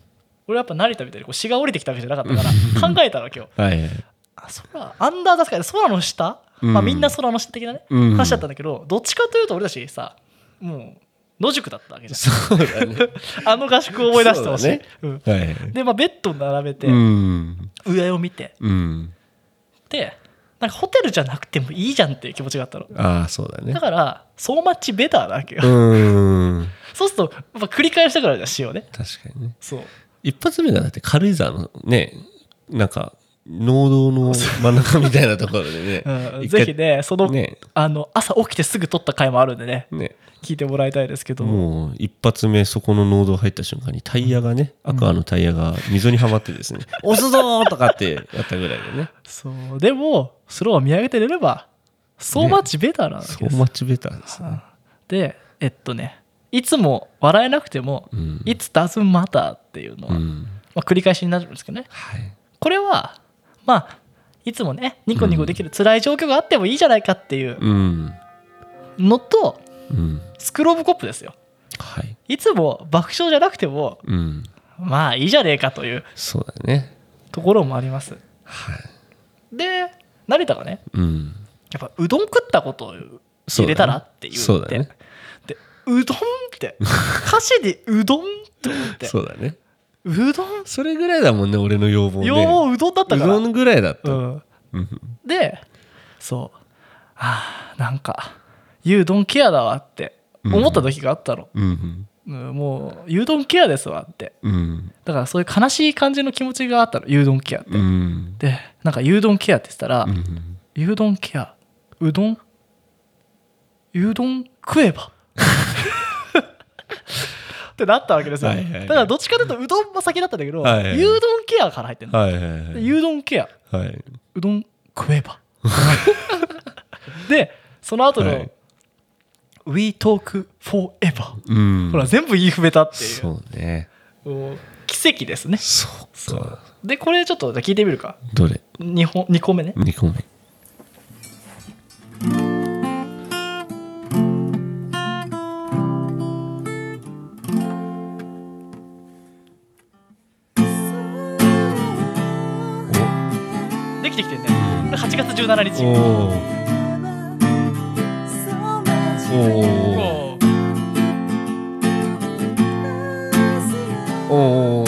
[SPEAKER 2] 俺やっぱ成田みたいにこう詩が降りてきたわけじゃなかったから考えたわけよ
[SPEAKER 1] はいはい
[SPEAKER 2] あ空アンダー・ザ・スカイ空の下、まあ、
[SPEAKER 1] うん
[SPEAKER 2] みんな空の下的なね、
[SPEAKER 1] うん
[SPEAKER 2] 話だったんだけどどっちかというと俺たちさもう野宿だったわけじゃ
[SPEAKER 1] そうだね
[SPEAKER 2] ん あの合宿を思い出してほしい
[SPEAKER 1] そうだね
[SPEAKER 2] うん
[SPEAKER 1] はいはい
[SPEAKER 2] でまあベッドを並べて、
[SPEAKER 1] うん
[SPEAKER 2] 上を見て
[SPEAKER 1] うん
[SPEAKER 2] でなんかホテルじゃなくてもいいじゃんっていう気持ちがあったの
[SPEAKER 1] ああそうだね
[SPEAKER 2] だからそうマッチベターなわけよ、
[SPEAKER 1] うん
[SPEAKER 2] そうするとやっぱ繰り返したからだしようね
[SPEAKER 1] 確かにね
[SPEAKER 2] そう
[SPEAKER 1] 一発目がだって軽井沢のねなんか農道の真ん中みたいなところで
[SPEAKER 2] う
[SPEAKER 1] ね
[SPEAKER 2] ん、
[SPEAKER 1] 一
[SPEAKER 2] ぜ
[SPEAKER 1] 回
[SPEAKER 2] ひねその
[SPEAKER 1] ね
[SPEAKER 2] あの朝起きてすぐ撮った回もあるんでね
[SPEAKER 1] ね
[SPEAKER 2] 聞いてもらいたいですけど
[SPEAKER 1] もう一発目そこの農道入った瞬間にタイヤがねアクアのタイヤが溝にはまってですね「押すぞ!」とかってやったぐらいでね
[SPEAKER 2] そうでもそれを見上げてれればそうマッチベターな
[SPEAKER 1] 「
[SPEAKER 2] わ
[SPEAKER 1] そ
[SPEAKER 2] けで
[SPEAKER 1] う
[SPEAKER 2] す、
[SPEAKER 1] マッチベター」です
[SPEAKER 2] う
[SPEAKER 1] ね
[SPEAKER 2] んでえっとねいつも笑えなくても
[SPEAKER 1] うん
[SPEAKER 2] 「いつ doesn't matter」っていうの
[SPEAKER 1] う
[SPEAKER 2] は、
[SPEAKER 1] ん
[SPEAKER 2] まあ、繰り返しになるんですけどね
[SPEAKER 1] はい
[SPEAKER 2] これはまあいつもねニコニコできる辛い状況があってもいいじゃないかっていう
[SPEAKER 1] うん
[SPEAKER 2] のと
[SPEAKER 1] うん
[SPEAKER 2] スクローブコップですよ
[SPEAKER 1] はい
[SPEAKER 2] いつも爆笑じゃなくても
[SPEAKER 1] うん
[SPEAKER 2] まあいいじゃねえかという
[SPEAKER 1] そうだね
[SPEAKER 2] ところもあります
[SPEAKER 1] はい
[SPEAKER 2] で成田がね
[SPEAKER 1] うん
[SPEAKER 2] やっぱうどん食ったことを入れたらって言って
[SPEAKER 1] そうだね
[SPEAKER 2] でうどんって歌詞でうどんって思って
[SPEAKER 1] そうだね
[SPEAKER 2] うどん
[SPEAKER 1] それぐらいだもんね俺の要望ね
[SPEAKER 2] 要望うどんだった
[SPEAKER 1] う
[SPEAKER 2] から
[SPEAKER 1] どんぐらいだった、
[SPEAKER 2] うん
[SPEAKER 1] うん
[SPEAKER 2] でそうあーなんか「ゆうどんケアだわ」って思った時があったの、
[SPEAKER 1] うん
[SPEAKER 2] うんもう「ゆうどんケアですわ」って
[SPEAKER 1] うん
[SPEAKER 2] だからそういう悲しい感じの気持ちがあったの「ゆうどんケア」って、
[SPEAKER 1] うん
[SPEAKER 2] でなんか「ゆうどんケア」って言ってたら
[SPEAKER 1] うん
[SPEAKER 2] 「ゆうどんケアうどんうどん食えば」 ってなったわけですよ、
[SPEAKER 1] はいはいはい
[SPEAKER 2] だからどっちかというとうどんも先だったんだけど「
[SPEAKER 1] はいはいはい
[SPEAKER 2] ゆうどんケア」から入ってるの
[SPEAKER 1] はいはいは
[SPEAKER 2] で
[SPEAKER 1] い
[SPEAKER 2] ゆうどんケア
[SPEAKER 1] はい、
[SPEAKER 2] うどん食えば でその後の、
[SPEAKER 1] はい
[SPEAKER 2] We talk forever
[SPEAKER 1] うん、
[SPEAKER 2] ほら全部言い踏めたっていう
[SPEAKER 1] そうね
[SPEAKER 2] もう奇跡ですね
[SPEAKER 1] そうか
[SPEAKER 2] でこれちょっとじゃあ聞いてみるか
[SPEAKER 1] どれ
[SPEAKER 2] 2, 本2個目ね
[SPEAKER 1] 2個目
[SPEAKER 2] できてきてんね8月17日
[SPEAKER 1] おおおお
[SPEAKER 2] おー
[SPEAKER 1] おお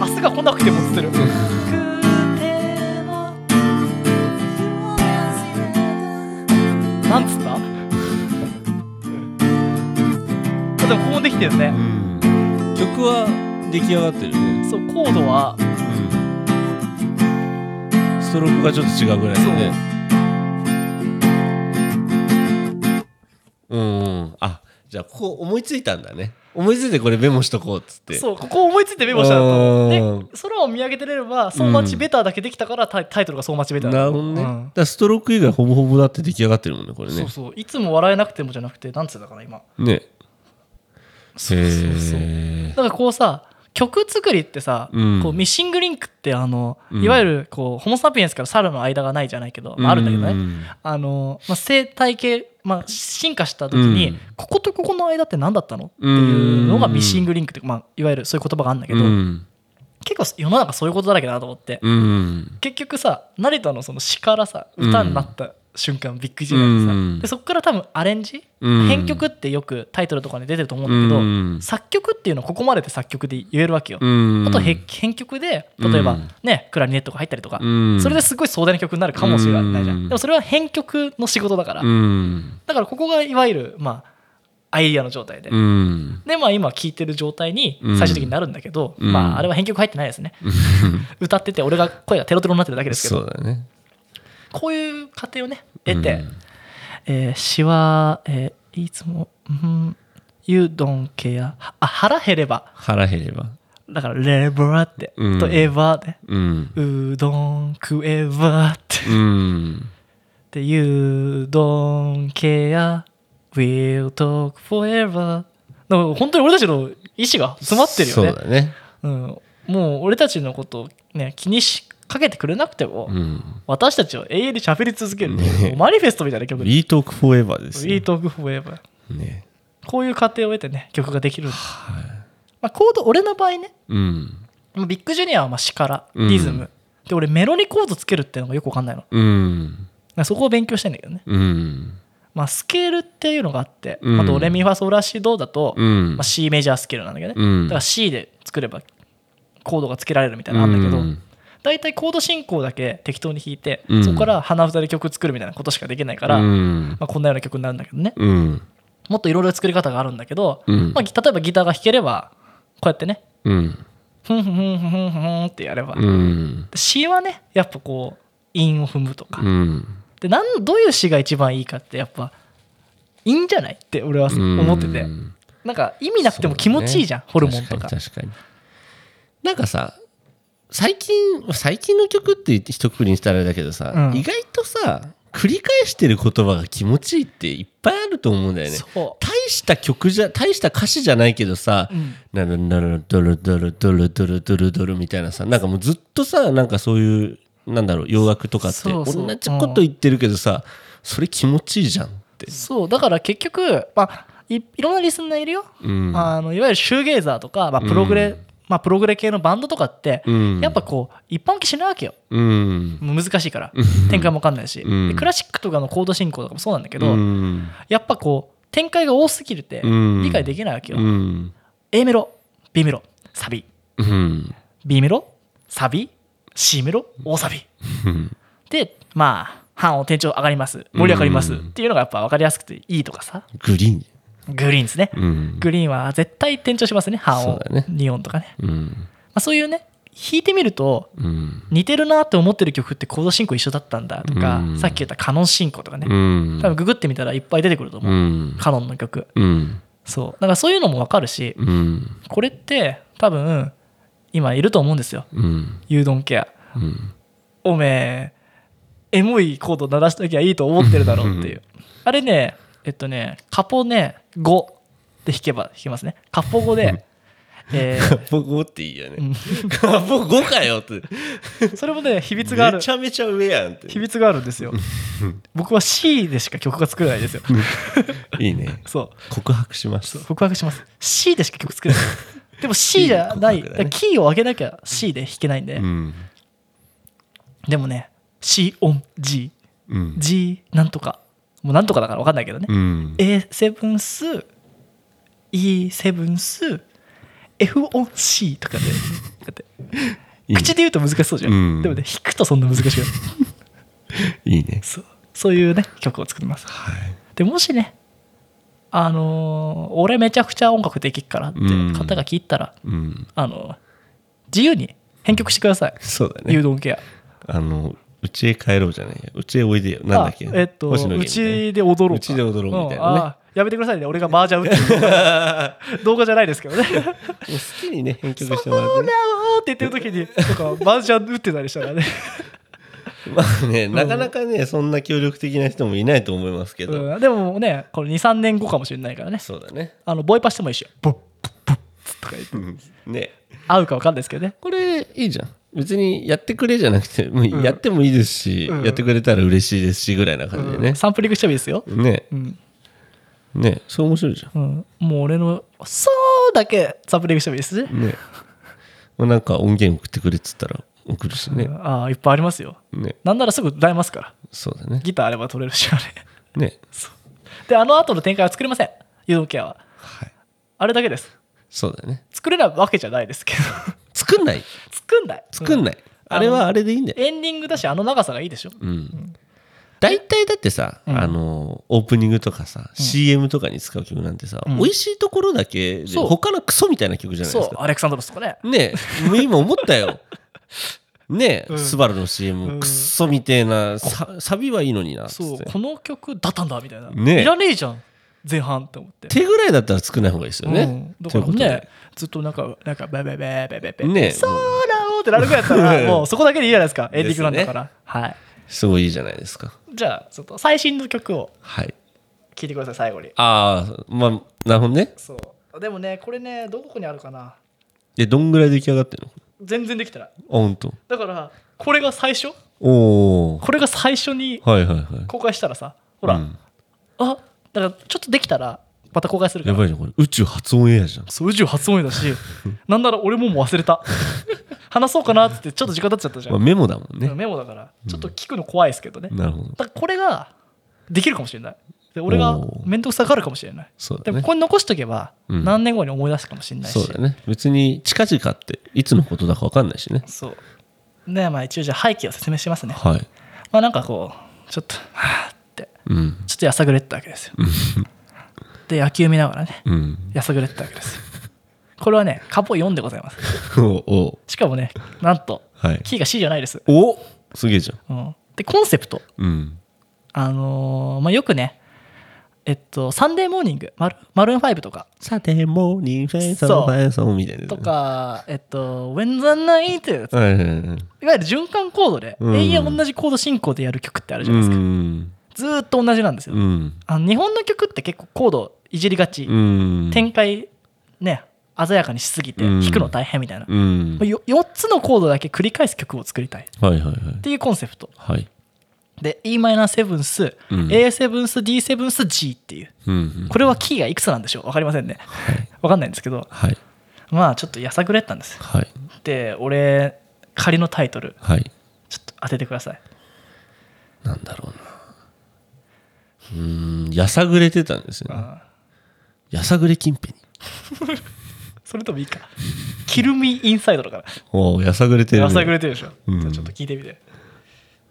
[SPEAKER 2] 明日が来なくてもっつってるなんつったあでもここもできてるね
[SPEAKER 1] 曲は出来上がってるね、
[SPEAKER 2] そうコードは
[SPEAKER 1] ストロークがちょっと違うぐらいだねうんうんあじゃあここ思いついたんだね思いついてこれメモしとこうっつって
[SPEAKER 2] そうここ思いついてメモしたんだと
[SPEAKER 1] う
[SPEAKER 2] 思
[SPEAKER 1] ん
[SPEAKER 2] うで空を見上げてれれば「そうマチベター」だけできたからタイタイトルが「そうマチベター」
[SPEAKER 1] なるほどね、
[SPEAKER 2] う
[SPEAKER 1] だ
[SPEAKER 2] ん
[SPEAKER 1] からストローク以外ほぼほぼだって出来上がってるもんねこれ
[SPEAKER 2] そ
[SPEAKER 1] ね
[SPEAKER 2] うそういつも笑えなくてもじゃなくてなんつうんだかな今
[SPEAKER 1] ね
[SPEAKER 2] そうそうそう
[SPEAKER 1] へー
[SPEAKER 2] だからこうさ曲作りってさ、
[SPEAKER 1] うん
[SPEAKER 2] こうミッシングリンクってあの、
[SPEAKER 1] うん
[SPEAKER 2] いわゆるこうホモ・サピエンスから猿の間がないじゃないけど、まあ、あるんだけどね、
[SPEAKER 1] うん
[SPEAKER 2] あのまあ、生態系、まあ、進化した時に、
[SPEAKER 1] うん
[SPEAKER 2] こことここの間って何だったのっていうのがミッシングリンクって、まあ、いわゆるそういう言葉があるんだけど、
[SPEAKER 1] うん
[SPEAKER 2] 結構世の中そういうことだらけだなと思って、
[SPEAKER 1] うん
[SPEAKER 2] 結局さ成田のその詩からさ
[SPEAKER 1] うん
[SPEAKER 2] 歌になった瞬間、ビッグジーなんでさ、
[SPEAKER 1] うん
[SPEAKER 2] でそこから多分アレンジ、
[SPEAKER 1] うん
[SPEAKER 2] 編曲ってよくタイトルとかに出てると思うんだけど、
[SPEAKER 1] うん
[SPEAKER 2] 作曲っていうのはここまでで作曲で言えるわけよ、
[SPEAKER 1] うん
[SPEAKER 2] あとへ編曲で例えば、
[SPEAKER 1] うん
[SPEAKER 2] ねクラリネットが入ったりとか、
[SPEAKER 1] うん
[SPEAKER 2] それですごい壮大な曲になるかもしれないじゃん、
[SPEAKER 1] うん
[SPEAKER 2] でもそれは編曲の仕事だから、
[SPEAKER 1] うん
[SPEAKER 2] だからここがいわゆるまあアイディアの状態で、
[SPEAKER 1] うん
[SPEAKER 2] でまあ今聴いてる状態に
[SPEAKER 1] うん
[SPEAKER 2] 最終的になるんだけど、
[SPEAKER 1] うん
[SPEAKER 2] まああれは編曲入ってないですね、歌ってて俺が声がテロテロになってるだけですけど
[SPEAKER 1] そうだね
[SPEAKER 2] こういう過程をね得て、
[SPEAKER 1] うん
[SPEAKER 2] えー詩は、えーいつも「うん、You don't care」あ腹減れば
[SPEAKER 1] 腹減れば
[SPEAKER 2] だから「レバー」って、
[SPEAKER 1] うん
[SPEAKER 2] と「エヴァ」で
[SPEAKER 1] うん
[SPEAKER 2] 「うどん食えば」って
[SPEAKER 1] う、ん
[SPEAKER 2] で「You don't care we'll talk forever」だから本当に俺たちの意思が詰まってるよね
[SPEAKER 1] そうだね
[SPEAKER 2] うん、もう俺たちのことを、ね、気にしかけてくれなくても、
[SPEAKER 1] うん
[SPEAKER 2] 私たちは永遠に喋り続ける、
[SPEAKER 1] ね
[SPEAKER 2] マニフェストみたいな曲で
[SPEAKER 1] リートークフォーエバーで
[SPEAKER 2] 「
[SPEAKER 1] す
[SPEAKER 2] We Talk Forever
[SPEAKER 1] ね」
[SPEAKER 2] こういう過程を得てね曲ができる、まあ、コード俺の場合ね
[SPEAKER 1] うん
[SPEAKER 2] まあビッグジュニアはまあ詞から
[SPEAKER 1] うん
[SPEAKER 2] リズム、で俺メロにコードつけるっていうのがよくわかんないのだか
[SPEAKER 1] うん
[SPEAKER 2] らそこを勉強してんだけどね、
[SPEAKER 1] うん
[SPEAKER 2] まあ、スケールっていうのがあって、
[SPEAKER 1] うん
[SPEAKER 2] まあ、ドレミファソラシドだと、
[SPEAKER 1] うん
[SPEAKER 2] まあ、C メジャースケールなんだけどね、
[SPEAKER 1] うん
[SPEAKER 2] だから C で作ればコードがつけられるみたいなのあるんだけど、
[SPEAKER 1] うん
[SPEAKER 2] 大体コード進行だけ適当に弾いて、
[SPEAKER 1] うん
[SPEAKER 2] そこから鼻歌で曲作るみたいなことしかできないから、
[SPEAKER 1] うん
[SPEAKER 2] まあ、こんなような曲になるんだけどね
[SPEAKER 1] うん
[SPEAKER 2] もっといろいろ作り方があるんだけど、
[SPEAKER 1] うん
[SPEAKER 2] まあ、例えばギターが弾ければこうやってね
[SPEAKER 1] うん
[SPEAKER 2] ふんふんふんふんふんふんってやれば、
[SPEAKER 1] うんうん
[SPEAKER 2] で詩はねやっぱこう韻を踏むとか、
[SPEAKER 1] うん
[SPEAKER 2] でなんどういう詩が一番いいかってやっぱいいんじゃないって俺は思ってて、
[SPEAKER 1] うん
[SPEAKER 2] なんか意味なくても気持ちいいじゃん、
[SPEAKER 1] そうね
[SPEAKER 2] ホルモンとか
[SPEAKER 1] 確に確かになんかさ最近最近の曲って言って一括りにしたらあれだけどさ、
[SPEAKER 2] うん
[SPEAKER 1] 意外とさ繰り返してる言葉が気持ちいいっていっぱいあると思うんだよね
[SPEAKER 2] そう
[SPEAKER 1] 大した曲じゃ大した歌詞じゃないけどさ
[SPEAKER 2] うん
[SPEAKER 1] 「なるなるドルドルドルドルドルドル」みたいなさなんかもうずっとさなんかそういうなんだろう洋楽とかって
[SPEAKER 2] そ
[SPEAKER 1] 同
[SPEAKER 2] うそう
[SPEAKER 1] じこと言ってるけどさそれ気持ちいいじゃんって。
[SPEAKER 2] そうだから結局、まあ、いいろんなリスナーいるよ、
[SPEAKER 1] うん
[SPEAKER 2] あのいわゆるシューゲイザーとか、まあプログレ
[SPEAKER 1] うん
[SPEAKER 2] まあ、プログレ系のバンドとかって、
[SPEAKER 1] うん
[SPEAKER 2] やっぱこう一般受けしないわけよ
[SPEAKER 1] うん
[SPEAKER 2] もう難しいから展開も分かんないし、
[SPEAKER 1] うん
[SPEAKER 2] でクラシックとかのコード進行とかもそうなんだけ
[SPEAKER 1] う
[SPEAKER 2] ど、
[SPEAKER 1] ん
[SPEAKER 2] やっぱこう展開が多すぎるて
[SPEAKER 1] うん
[SPEAKER 2] 理解できないわけよ、
[SPEAKER 1] うん
[SPEAKER 2] A メロ B メロサビ
[SPEAKER 1] うん
[SPEAKER 2] B メロサビ C メロ大サビでまあ半音転調上がります盛り上がります、
[SPEAKER 1] うん
[SPEAKER 2] っていうのがやっぱ分かりやすくていいとかさ
[SPEAKER 1] グリーン
[SPEAKER 2] グリーンですね、
[SPEAKER 1] うん
[SPEAKER 2] グリーンは絶対転調しますね半
[SPEAKER 1] そう
[SPEAKER 2] 音
[SPEAKER 1] だね
[SPEAKER 2] 2音とかね、
[SPEAKER 1] うん
[SPEAKER 2] まあ、そういうね弾いてみると
[SPEAKER 1] うん
[SPEAKER 2] 似てるなって思ってる曲ってコード進行一緒だったんだとか、
[SPEAKER 1] うん
[SPEAKER 2] さっき言ったカノン進行とかね、
[SPEAKER 1] うん
[SPEAKER 2] 多分ググってみたらいっぱい出てくると思
[SPEAKER 1] う
[SPEAKER 2] う、
[SPEAKER 1] ん
[SPEAKER 2] カノンの曲
[SPEAKER 1] うん
[SPEAKER 2] そうだからそういうのも分かるし
[SPEAKER 1] うん
[SPEAKER 2] これって多分今いると思うんですよ
[SPEAKER 1] うん
[SPEAKER 2] 誘導ケア
[SPEAKER 1] うん
[SPEAKER 2] おめえエモいコード鳴らしときゃいいと思ってるだろうっていうあれねえっとねカポね5で弾けば弾けますねカポ5で、え
[SPEAKER 1] カポ5っていいよねカポ5かよって
[SPEAKER 2] ーそれもね秘密がある
[SPEAKER 1] めちゃめちゃ上やんって
[SPEAKER 2] 秘密があるんですよ僕は C でしか曲が作れないですよ
[SPEAKER 1] いいね
[SPEAKER 2] そう
[SPEAKER 1] 告白しました
[SPEAKER 2] 告白します C でしか曲作れないでも C じゃない、
[SPEAKER 1] 告白だね
[SPEAKER 2] キーを上げなきゃ C で弾けないんで、
[SPEAKER 1] うん
[SPEAKER 2] でもね C 音 G
[SPEAKER 1] うん
[SPEAKER 2] G なんとかもうなんとかだから分かんないけどね、
[SPEAKER 1] うん
[SPEAKER 2] A セブンス E セブンス F 音 C とかでだって
[SPEAKER 1] いい
[SPEAKER 2] 口で言うと難しそうじゃん、
[SPEAKER 1] うん
[SPEAKER 2] でもね弾くとそんな難しくない
[SPEAKER 1] いいね
[SPEAKER 2] そうそういうね曲を作ります
[SPEAKER 1] はい
[SPEAKER 2] でもしねあのー俺めちゃくちゃ音楽できっからって方が聞いたら、
[SPEAKER 1] うん
[SPEAKER 2] あの自由に編曲してください、
[SPEAKER 1] そうだ
[SPEAKER 2] 誘
[SPEAKER 1] ね
[SPEAKER 2] 導ケア
[SPEAKER 1] あのうちへ帰ろうじゃないやうちへおいでよなんだっけ
[SPEAKER 2] あえっと、
[SPEAKER 1] 星野源
[SPEAKER 2] う
[SPEAKER 1] みたいな
[SPEAKER 2] ちで踊ろうか。
[SPEAKER 1] うちで踊ろうみたいなね
[SPEAKER 2] んあやめてくださいね、俺が麻雀打って る動画じゃないですけどね。
[SPEAKER 1] もう好きにね編曲して
[SPEAKER 2] そ
[SPEAKER 1] も
[SPEAKER 2] う
[SPEAKER 1] らって
[SPEAKER 2] だわ
[SPEAKER 1] ね
[SPEAKER 2] ーって言ってる時に、とか、麻雀打ってたりしたらね。
[SPEAKER 1] まあねなかなかねそんな協力的な人もいないと思いますけど
[SPEAKER 2] うんでもね、これ2、3年後かもしれないからね。
[SPEAKER 1] そうだね
[SPEAKER 2] あのボイパしてもいいし、ボッボッボッとか言って
[SPEAKER 1] うんね
[SPEAKER 2] 合うか分かんないですけどね。
[SPEAKER 1] これいいじゃん別にやってくれじゃなくてもう
[SPEAKER 2] うん
[SPEAKER 1] やってもいいですし、
[SPEAKER 2] うん
[SPEAKER 1] やってくれたら嬉しいですしぐらいな感じで
[SPEAKER 2] う
[SPEAKER 1] ね
[SPEAKER 2] ん、サンプリングしてもいいですよ。
[SPEAKER 1] ね
[SPEAKER 2] うん
[SPEAKER 1] ねそう面白いじゃ
[SPEAKER 2] うん、もう俺の「そう」だけサンプリングしてもいいですね。
[SPEAKER 1] んねまあなんか音源送ってくれっつったら送るしね
[SPEAKER 2] うんああいっぱいありますよ。
[SPEAKER 1] ね
[SPEAKER 2] なんならすぐ歌えますから。
[SPEAKER 1] そうだね
[SPEAKER 2] ギターあれば取れるし、あれ。
[SPEAKER 1] ね
[SPEAKER 2] であの後の展開は作りません誘導ケアは
[SPEAKER 1] はい
[SPEAKER 2] あれだけです
[SPEAKER 1] そうだね
[SPEAKER 2] 作れないわけじゃないですけど
[SPEAKER 1] 作んない
[SPEAKER 2] 作んない
[SPEAKER 1] 作ん
[SPEAKER 2] ない、
[SPEAKER 1] ない、あれはあれでいいんだよ
[SPEAKER 2] うんエンディングだしあの長さがいいでしょ
[SPEAKER 1] うん大体だってさ、
[SPEAKER 2] うん
[SPEAKER 1] あのオープニングとかさ、CM とかに使う曲なんてさ、
[SPEAKER 2] うん
[SPEAKER 1] 美味しいところだけで
[SPEAKER 2] そう
[SPEAKER 1] 他のクソみたいな曲じゃないで
[SPEAKER 2] そ
[SPEAKER 1] す
[SPEAKER 2] う
[SPEAKER 1] か
[SPEAKER 2] アレクサンドロスとかね
[SPEAKER 1] ねえ、もう今思ったよ。ねえ、
[SPEAKER 2] うん
[SPEAKER 1] スバルの
[SPEAKER 2] う
[SPEAKER 1] CM、
[SPEAKER 2] ん
[SPEAKER 1] クッソみてえな、さサビはいいのにな、つ
[SPEAKER 2] そ
[SPEAKER 1] っ
[SPEAKER 2] う
[SPEAKER 1] て。
[SPEAKER 2] この曲だったんだみたいな、
[SPEAKER 1] ね
[SPEAKER 2] いらねえじゃん前半って思って
[SPEAKER 1] 手ぐらいだったら作んない方がいいですよね。
[SPEAKER 2] うん、
[SPEAKER 1] と
[SPEAKER 2] だか
[SPEAKER 1] いう
[SPEAKER 2] ら
[SPEAKER 1] こと
[SPEAKER 2] ね
[SPEAKER 1] で。
[SPEAKER 2] ずっとなんかなんかベベベベベベ
[SPEAKER 1] ねえ
[SPEAKER 2] ベそうなのってなるぐらいだったらもうそこだけでいいじゃないですかエンディングなんだから、はい
[SPEAKER 1] すごいいいじゃないですか。
[SPEAKER 2] じゃあちょっと最新の曲を
[SPEAKER 1] はい。
[SPEAKER 2] 聴いてください最後に
[SPEAKER 1] ああ、まあ、なるほどね。
[SPEAKER 2] そうでもねこれねどこにあるかな
[SPEAKER 1] で、どんぐらい出来上がってるのあ、
[SPEAKER 2] 全然できてない
[SPEAKER 1] ほんと。
[SPEAKER 2] だからこれが最初
[SPEAKER 1] おお。
[SPEAKER 2] これが最初に
[SPEAKER 1] はいはいはい。
[SPEAKER 2] 公開したらさほら、
[SPEAKER 1] うん
[SPEAKER 2] あだからちょっとできたらまた公開するか
[SPEAKER 1] や
[SPEAKER 2] ら
[SPEAKER 1] ばいじゃん、これ。宇宙発音エアじゃん。
[SPEAKER 2] そう宇宙初音 だしなんなら俺ももう忘れた話そうかなっつってちょっと時間経っちゃったじゃ
[SPEAKER 1] まあ、
[SPEAKER 2] ん、
[SPEAKER 1] メモだもんね。
[SPEAKER 2] メモだからちょっと聞くの怖いですけどね、だ
[SPEAKER 1] なるほど。
[SPEAKER 2] からこれができるかもしれないで俺が
[SPEAKER 1] おー
[SPEAKER 2] 面倒くさがるかもしれない
[SPEAKER 1] そうだ
[SPEAKER 2] でも
[SPEAKER 1] ね
[SPEAKER 2] こ。こに残しとけば
[SPEAKER 1] うん
[SPEAKER 2] 何年後に思い出すかもしれないし、
[SPEAKER 1] そうだね。別に、近々って、いつのことだか分かんないしね。
[SPEAKER 2] そうでまあ一応じゃあ背景を説明しますね
[SPEAKER 1] はい。
[SPEAKER 2] まあなんかこうちょっとはあって
[SPEAKER 1] うん。
[SPEAKER 2] ちょっとやさぐれてたわけですよで野球見ながらね
[SPEAKER 1] うん。
[SPEAKER 2] やさぐれてたわけですよこれはねカポ4でございます
[SPEAKER 1] おお。
[SPEAKER 2] しかもねなんと
[SPEAKER 1] はい。
[SPEAKER 2] キーが C じゃないです、
[SPEAKER 1] おすげえじゃん。
[SPEAKER 2] うん、でコンセプト
[SPEAKER 1] うん。
[SPEAKER 2] あのーまあよくねえっと「サンデーモーニング」マル「マルーン5」とか
[SPEAKER 1] さて、モーニングフェイソン
[SPEAKER 2] そ
[SPEAKER 1] フ
[SPEAKER 2] う
[SPEAKER 1] ェイソンみたいな。
[SPEAKER 2] と。かえっと「When the Night
[SPEAKER 1] はいはいはい。」
[SPEAKER 2] いわゆる循環コードで
[SPEAKER 1] うん
[SPEAKER 2] 永遠同じコード進行でやる曲ってあるじ
[SPEAKER 1] う
[SPEAKER 2] ゃないですか、
[SPEAKER 1] ん。
[SPEAKER 2] ずーっと同じなんですよ、
[SPEAKER 1] うん。
[SPEAKER 2] あの日本の曲って結構コードいじりがち、
[SPEAKER 1] うん。
[SPEAKER 2] 展開ね鮮やかにしすぎて
[SPEAKER 1] うん
[SPEAKER 2] 弾くの大変みたいな、
[SPEAKER 1] うん。はい
[SPEAKER 2] よ4つのコードだけ繰り返す曲を作りたいっ
[SPEAKER 1] はいはい。
[SPEAKER 2] ていうコンセプト
[SPEAKER 1] はい。
[SPEAKER 2] で Em7 ス、
[SPEAKER 1] うん
[SPEAKER 2] A7 ス D7 ス G っていう
[SPEAKER 1] うん。
[SPEAKER 2] これはキーがいくつなんでしょう分かりませんね分かんないんですけど
[SPEAKER 1] はい。
[SPEAKER 2] まあちょっとやさぐれてたんです
[SPEAKER 1] はい。
[SPEAKER 2] で俺仮のタイトル
[SPEAKER 1] はい。
[SPEAKER 2] ちょっと当ててください
[SPEAKER 1] なんだろうな。うん。やさぐれてたんですよね。
[SPEAKER 2] あ
[SPEAKER 1] やさぐれ近辺に。
[SPEAKER 2] ーそれともいいか「キルミインサイド」だから
[SPEAKER 1] おお、やさぐれてるね。
[SPEAKER 2] やさぐれてるでしょ、
[SPEAKER 1] うん
[SPEAKER 2] じゃあちょっと聞いてみて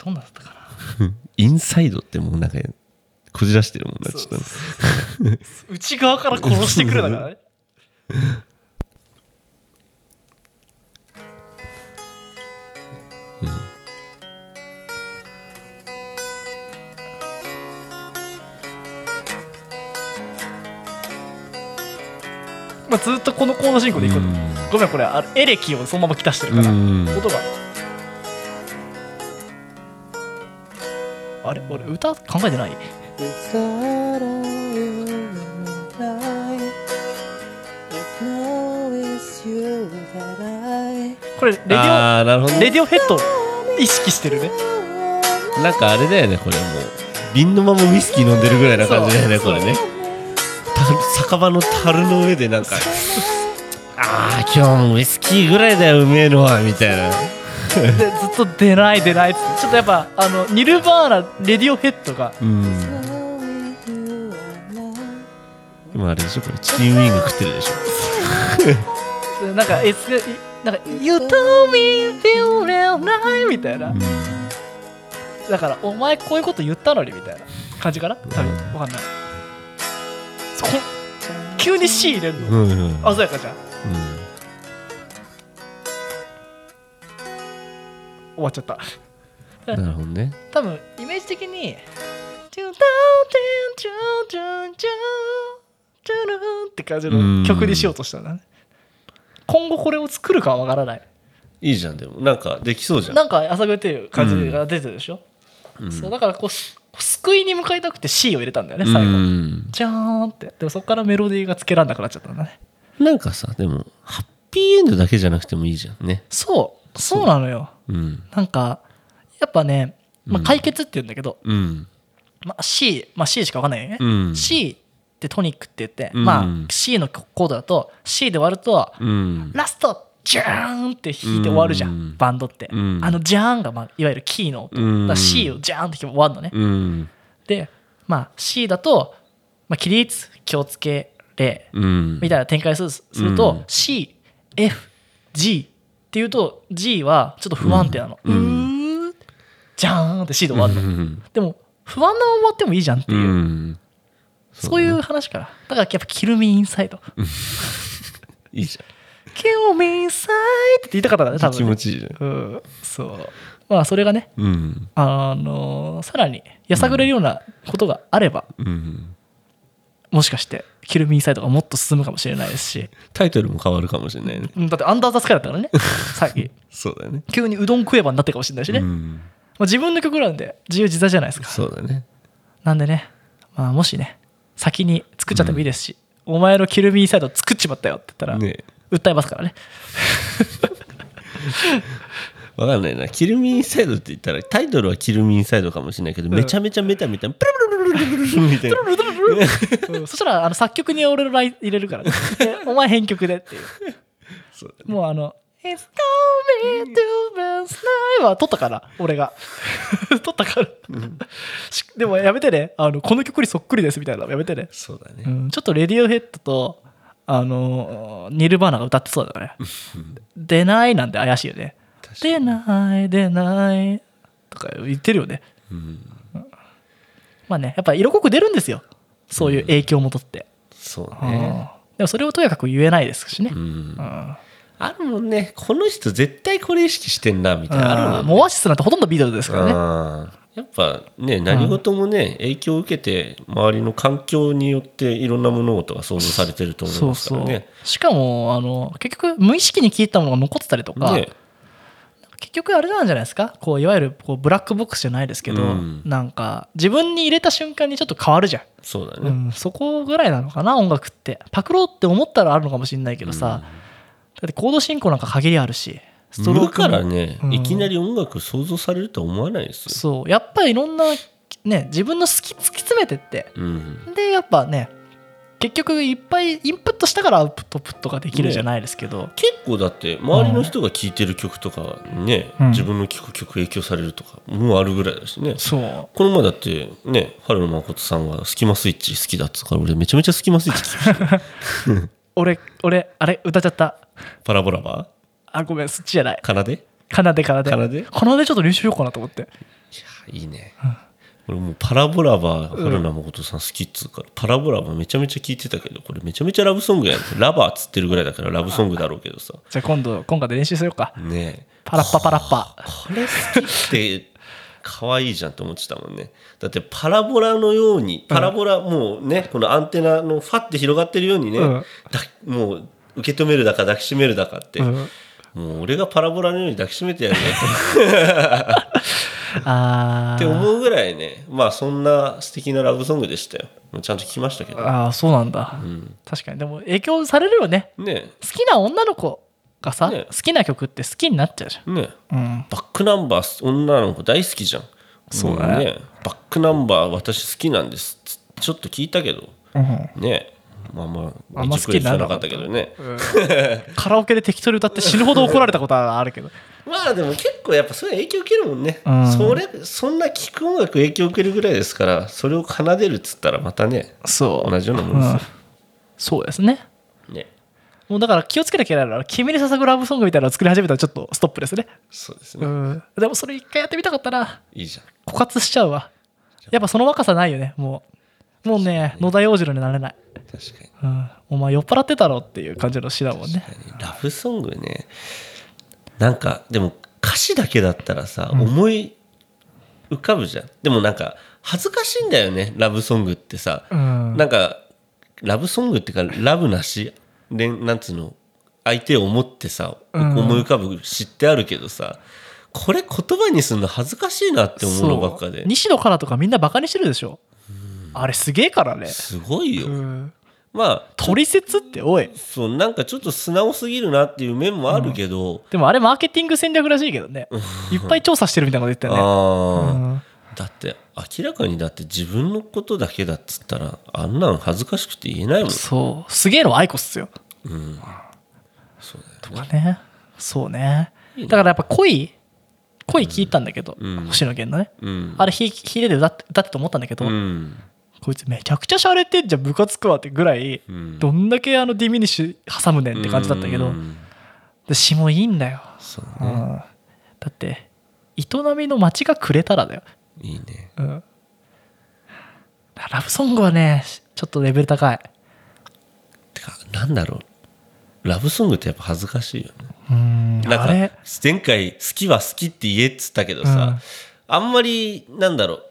[SPEAKER 2] どんなだったかな
[SPEAKER 1] うんインサイドってもうなんか、こじらしてるもんな、
[SPEAKER 2] そう
[SPEAKER 1] ちょっとね。
[SPEAKER 2] 内側から殺してくるだからねまあずっとこのコード進行でいくこと
[SPEAKER 1] うん
[SPEAKER 2] ごめんこれあのエレキをそのままきたしてるから
[SPEAKER 1] うん
[SPEAKER 2] 音があれ俺歌考えてないこれレディ
[SPEAKER 1] ああ、なるほど
[SPEAKER 2] オ
[SPEAKER 1] ね。
[SPEAKER 2] レディオヘッドを意識してるね
[SPEAKER 1] なんかあれだよね、これもう。瓶のままウイスキー飲んでるぐらいな感じだよね、
[SPEAKER 2] そ
[SPEAKER 1] こ
[SPEAKER 2] う
[SPEAKER 1] れね。た酒場の樽の上でなんか、ああ、今日もウイスキーぐらいだよ、うめえのは、みたいな。
[SPEAKER 2] でずっと出ない出ないっつってちょっとやっぱあのニルバーナレディオヘッドが
[SPEAKER 1] うん今あれでしょこれチキンウィング食ってるでしょ
[SPEAKER 2] なんか S がいなんか「You told me you will not」みたいなだから「お前こういうこと言ったのに」みたいな感じかな多分わかんないそこ急に C 入れる
[SPEAKER 1] う
[SPEAKER 2] の
[SPEAKER 1] んうんうん
[SPEAKER 2] 鮮やかじゃん終わっちゃった
[SPEAKER 1] うんなるほどね
[SPEAKER 2] 多分イメージ的に「チュンタンチュンチュンチュンチュンチュルン」って感じの曲にしようとしたんだね今後これを作るかはわからない
[SPEAKER 1] いいじゃんでもなんかできそうじゃん
[SPEAKER 2] なんか朝暮れてる感じが出てるでしょ、そうだからこうす救いに向かいたくて C を入れたんだよね最後、
[SPEAKER 1] うん
[SPEAKER 2] じゃーんってでもそこからメロディーがつけられなくなっちゃったんだね
[SPEAKER 1] なんかさでもハッピーエンドだけじゃなくてもいいじゃんね
[SPEAKER 2] そうそうなのよ
[SPEAKER 1] うん
[SPEAKER 2] なんかやっぱね、まあ、解決って言うんだけど、
[SPEAKER 1] うん
[SPEAKER 2] まあ、C、まあ、C しかわかんないよね、
[SPEAKER 1] うん
[SPEAKER 2] C ってトニックって言って、
[SPEAKER 1] うん
[SPEAKER 2] まあ、C のコードだと C で割ると、
[SPEAKER 1] うん
[SPEAKER 2] ラストジャーンって弾いて終わるじゃん、
[SPEAKER 1] うん
[SPEAKER 2] バンドって、
[SPEAKER 1] うん
[SPEAKER 2] あのジャーンが、まあ、いわゆるキーの音、だから C をジャーンって弾いて終わるのね、
[SPEAKER 1] うん
[SPEAKER 2] で、まあ、C だと、まあ、起立気をつけれ
[SPEAKER 1] うん
[SPEAKER 2] みたいな展開するすると、
[SPEAKER 1] うん
[SPEAKER 2] CFG っていうと G はちょっと不安定なの、う
[SPEAKER 1] うん
[SPEAKER 2] ーじゃーんって C で終わるの、
[SPEAKER 1] うん
[SPEAKER 2] でも不安なまま終わってもいいじゃんって
[SPEAKER 1] う
[SPEAKER 2] いう、
[SPEAKER 1] ん
[SPEAKER 2] そういう話からだからやっぱ「キルミインサイド」
[SPEAKER 1] いいじ
[SPEAKER 2] 「キルミインサイド」って言いたかったからね
[SPEAKER 1] ゃ
[SPEAKER 2] 多
[SPEAKER 1] ん気
[SPEAKER 2] 分
[SPEAKER 1] 持
[SPEAKER 2] ね
[SPEAKER 1] ちいいじゃん
[SPEAKER 2] うんそうまあそれがね
[SPEAKER 1] うん
[SPEAKER 2] あのーさらにやさぐれるようなことがあれば、
[SPEAKER 1] うん
[SPEAKER 2] もしかして「キルミインサイド」がもっと進むかもしれないですし
[SPEAKER 1] タイトルも変わるかもしれないね
[SPEAKER 2] うんだってアンダーザスカイだったか らねさっき
[SPEAKER 1] そうだよね
[SPEAKER 2] 急にうどん食えばになってるかもしれないしね、
[SPEAKER 1] う
[SPEAKER 2] ま
[SPEAKER 1] ん
[SPEAKER 2] あ、自分の曲なんで自由自在じゃないですか
[SPEAKER 1] そうだね
[SPEAKER 2] なんでね、まあ、もしね先に作っちゃってもいいですし、お前のキルミーサイド作っちまったよって言ったら、
[SPEAKER 1] ね
[SPEAKER 2] 訴えますからね
[SPEAKER 1] わかんないな。キルミインサイドって言ったら、タイトルはキルミインサイドかもしれないけど、めちゃめちゃメタメタ、プルルルルルルルルみ たいな。
[SPEAKER 2] うんそしたらあの作曲に俺のライン入れるか ら、ね、でお前編曲でっていう
[SPEAKER 1] そうだね
[SPEAKER 2] もうあの「It's coming to be slide」は取ったから 俺が取ったから、しでもやめてねあのこの曲にそっくりですみたいなのやめてね
[SPEAKER 1] そうだ
[SPEAKER 2] う
[SPEAKER 1] ね。
[SPEAKER 2] ん、ちょっとレディオヘッドとあのーニルバーナが歌ってそうだからね「出ない」なんて怪しいよね「出ない出ない」とか言ってるよね
[SPEAKER 1] うん。
[SPEAKER 2] まあねやっぱ色濃く出るんですよそういう影響もとって、
[SPEAKER 1] そう
[SPEAKER 2] うん
[SPEAKER 1] ね。
[SPEAKER 2] でもそれをとやかく言えないですしね、
[SPEAKER 1] う
[SPEAKER 2] うん
[SPEAKER 1] ん。
[SPEAKER 2] あ
[SPEAKER 1] あるもんね。この人絶対これ意識してんな、みたいな。あ
[SPEAKER 2] ー
[SPEAKER 1] る
[SPEAKER 2] も
[SPEAKER 1] もん
[SPEAKER 2] う
[SPEAKER 1] ね。
[SPEAKER 2] オアシスなんてほとんどビートルズですからね
[SPEAKER 1] あーやっぱね、何事もね、影響を受けて、周りの環境によっていろんな物事が想像されてると思い
[SPEAKER 2] そ
[SPEAKER 1] ま
[SPEAKER 2] う
[SPEAKER 1] すか
[SPEAKER 2] そ
[SPEAKER 1] ら
[SPEAKER 2] う、
[SPEAKER 1] ね。
[SPEAKER 2] しかもあの結局無意識に聞いたものが残ってたりとか、
[SPEAKER 1] ね。
[SPEAKER 2] 結局あれなんじゃないですかこういわゆるこうブラックボックスじゃないですけど、
[SPEAKER 1] うん
[SPEAKER 2] なんか自分に入れた瞬間にちょっと変わるじゃん、
[SPEAKER 1] そうだ
[SPEAKER 2] う
[SPEAKER 1] ね。
[SPEAKER 2] ん、そこぐらいなのかな音楽ってパクろうって思ったらあるのかもしれないけどさ、だってコード進行なんか限りあるしストロー
[SPEAKER 1] だ
[SPEAKER 2] クも
[SPEAKER 1] からね
[SPEAKER 2] う、ん
[SPEAKER 1] いきなり音楽想像されるとは思わないです
[SPEAKER 2] そうやっぱりいろんなね自分の好き突き詰めてって
[SPEAKER 1] よ。うん。
[SPEAKER 2] でやっぱね結局いっぱいインプットしたからアウトプットができるじゃないですけど、
[SPEAKER 1] 結構だって周りの人が聴いてる曲とかね、
[SPEAKER 2] うん
[SPEAKER 1] 自分の聴く曲影響されるとかもうあるぐらいだしね、
[SPEAKER 2] そう
[SPEAKER 1] この前だってね春野誠さんが「スキマスイッチ」好きだっつうから俺めちゃめちゃ「スキマスイッチ聴き ましたよ」
[SPEAKER 2] 俺俺あれ歌っちゃった
[SPEAKER 1] パラボラバ
[SPEAKER 2] あごめんそっちじゃない
[SPEAKER 1] ー奏でい
[SPEAKER 2] 奏で奏で
[SPEAKER 1] 奏で
[SPEAKER 2] 奏でちょっと練習しようかなと思って
[SPEAKER 1] やいいね、俺もうパラボラバー春野誠さん好きっつうから、パラボラバーめちゃめちゃ聴いてたけどこれめちゃめちゃラブソングやんラバーっつってるぐらいだからラブソングだろうけどさ
[SPEAKER 2] じゃあ今度今回で練習しようか
[SPEAKER 1] ねえ
[SPEAKER 2] パラッパパラッパ
[SPEAKER 1] これ好きって可愛いじゃんと思ってたもんねだってパラボラのようにパラボラもうねこのアンテナのファって広がってるようにね、
[SPEAKER 2] うん
[SPEAKER 1] だもう受け止めるだか抱きしめるだかって、
[SPEAKER 2] うん
[SPEAKER 1] もう俺がパラボラのように抱きしめてやるよ
[SPEAKER 2] あ
[SPEAKER 1] って
[SPEAKER 2] ー
[SPEAKER 1] 思うぐらいねまあそんな素敵なラブソングでしたよもうちゃんと聞きましたけど
[SPEAKER 2] あーそうなんだ、確かにでも影響されるよね
[SPEAKER 1] ね
[SPEAKER 2] 好きな女の子がさ、
[SPEAKER 1] ね
[SPEAKER 2] 好きな曲って好きになっちゃうじ
[SPEAKER 1] えねえ
[SPEAKER 2] ゃん、うん、
[SPEAKER 1] バックナンバー女の子大好きじゃん
[SPEAKER 2] そうだね
[SPEAKER 1] もバックナンバー私好きなんですつちょっと聞いたけどねまあまあ
[SPEAKER 2] あんま好きになら
[SPEAKER 1] な
[SPEAKER 2] な
[SPEAKER 1] か
[SPEAKER 2] か
[SPEAKER 1] っ
[SPEAKER 2] ったた
[SPEAKER 1] けどね
[SPEAKER 2] カラオケで適当に歌って死ぬほど怒られたことはあるけど
[SPEAKER 1] まあでも結構やっぱそれ影響受けるもんね、
[SPEAKER 2] うん
[SPEAKER 1] それそんな聴く音楽影響受けるぐらいですからそれを奏でるっつったらまたね
[SPEAKER 2] そう
[SPEAKER 1] 同じようなもんです
[SPEAKER 2] そうですね
[SPEAKER 1] よね
[SPEAKER 2] もうだから気をつけなきゃいけないのは君に捧ぐラブソングみたいなのを作り始めたらちょっとストップですね
[SPEAKER 1] そうですね、
[SPEAKER 2] うんでもそれ一回やってみたかったない
[SPEAKER 1] いじゃん
[SPEAKER 2] 枯渇しちゃうわやっぱその若さないよねもうもうね野田洋次郎になれない、
[SPEAKER 1] 確かに
[SPEAKER 2] うん、お前酔っ払ってたろっていう感じの詩だもんね
[SPEAKER 1] ラブソングねなんかでも歌詞だけだったらさ、思い浮かぶじゃんでもなんか恥ずかしいんだよねラブソングってさ、
[SPEAKER 2] うん
[SPEAKER 1] なんかラブソングっていうかラブなしでなんつうの相手を思ってさ、
[SPEAKER 2] うん
[SPEAKER 1] 思い浮かぶ知ってあるけどさこれ言葉にするの恥ずかしいなって思うのばっか
[SPEAKER 2] そう
[SPEAKER 1] で
[SPEAKER 2] 西野からとかみんなバカにしてるでしょあれすげえからね
[SPEAKER 1] すごいよ、
[SPEAKER 2] うん
[SPEAKER 1] まあ
[SPEAKER 2] 取説っておい
[SPEAKER 1] そうなんかちょっと素直すぎるなっていう面もあるけど、
[SPEAKER 2] でもあれマーケティング戦略らしいけどねいっぱい調査してるみたいなこと言ってたよね
[SPEAKER 1] ああ、
[SPEAKER 2] うん
[SPEAKER 1] だって明らかにだって自分のことだけだっつったらあんなん恥ずかしくて言えないもん
[SPEAKER 2] そうすげえのはアイコスっすよ
[SPEAKER 1] そうだ
[SPEAKER 2] と
[SPEAKER 1] よ
[SPEAKER 2] か
[SPEAKER 1] ね
[SPEAKER 2] ねそうね
[SPEAKER 1] いいね
[SPEAKER 2] だからやっぱ恋恋聞いたんだけど、
[SPEAKER 1] うん
[SPEAKER 2] 星野源のね
[SPEAKER 1] うん
[SPEAKER 2] あれひひでで歌って歌ってと思ったんだけど、
[SPEAKER 1] うん
[SPEAKER 2] こいつめちゃくちゃしゃれてんじゃんムカつくわってぐらい、
[SPEAKER 1] うん
[SPEAKER 2] どんだけあのディミニッシュ挟むねんって感じだったけど、
[SPEAKER 1] うん
[SPEAKER 2] で詩もいいんだよ、
[SPEAKER 1] そう
[SPEAKER 2] うん
[SPEAKER 1] ね
[SPEAKER 2] だって営みの街がくれたらだよ、
[SPEAKER 1] いいね
[SPEAKER 2] うん、だからラブソングはねちょっとレベル高い
[SPEAKER 1] てかなんだろうラブソングってやっぱ恥ずかしいよね
[SPEAKER 2] うん
[SPEAKER 1] な
[SPEAKER 2] あ
[SPEAKER 1] ん
[SPEAKER 2] れ
[SPEAKER 1] か前回好きは好きって言えっつったけどさ、あんまりなんだろう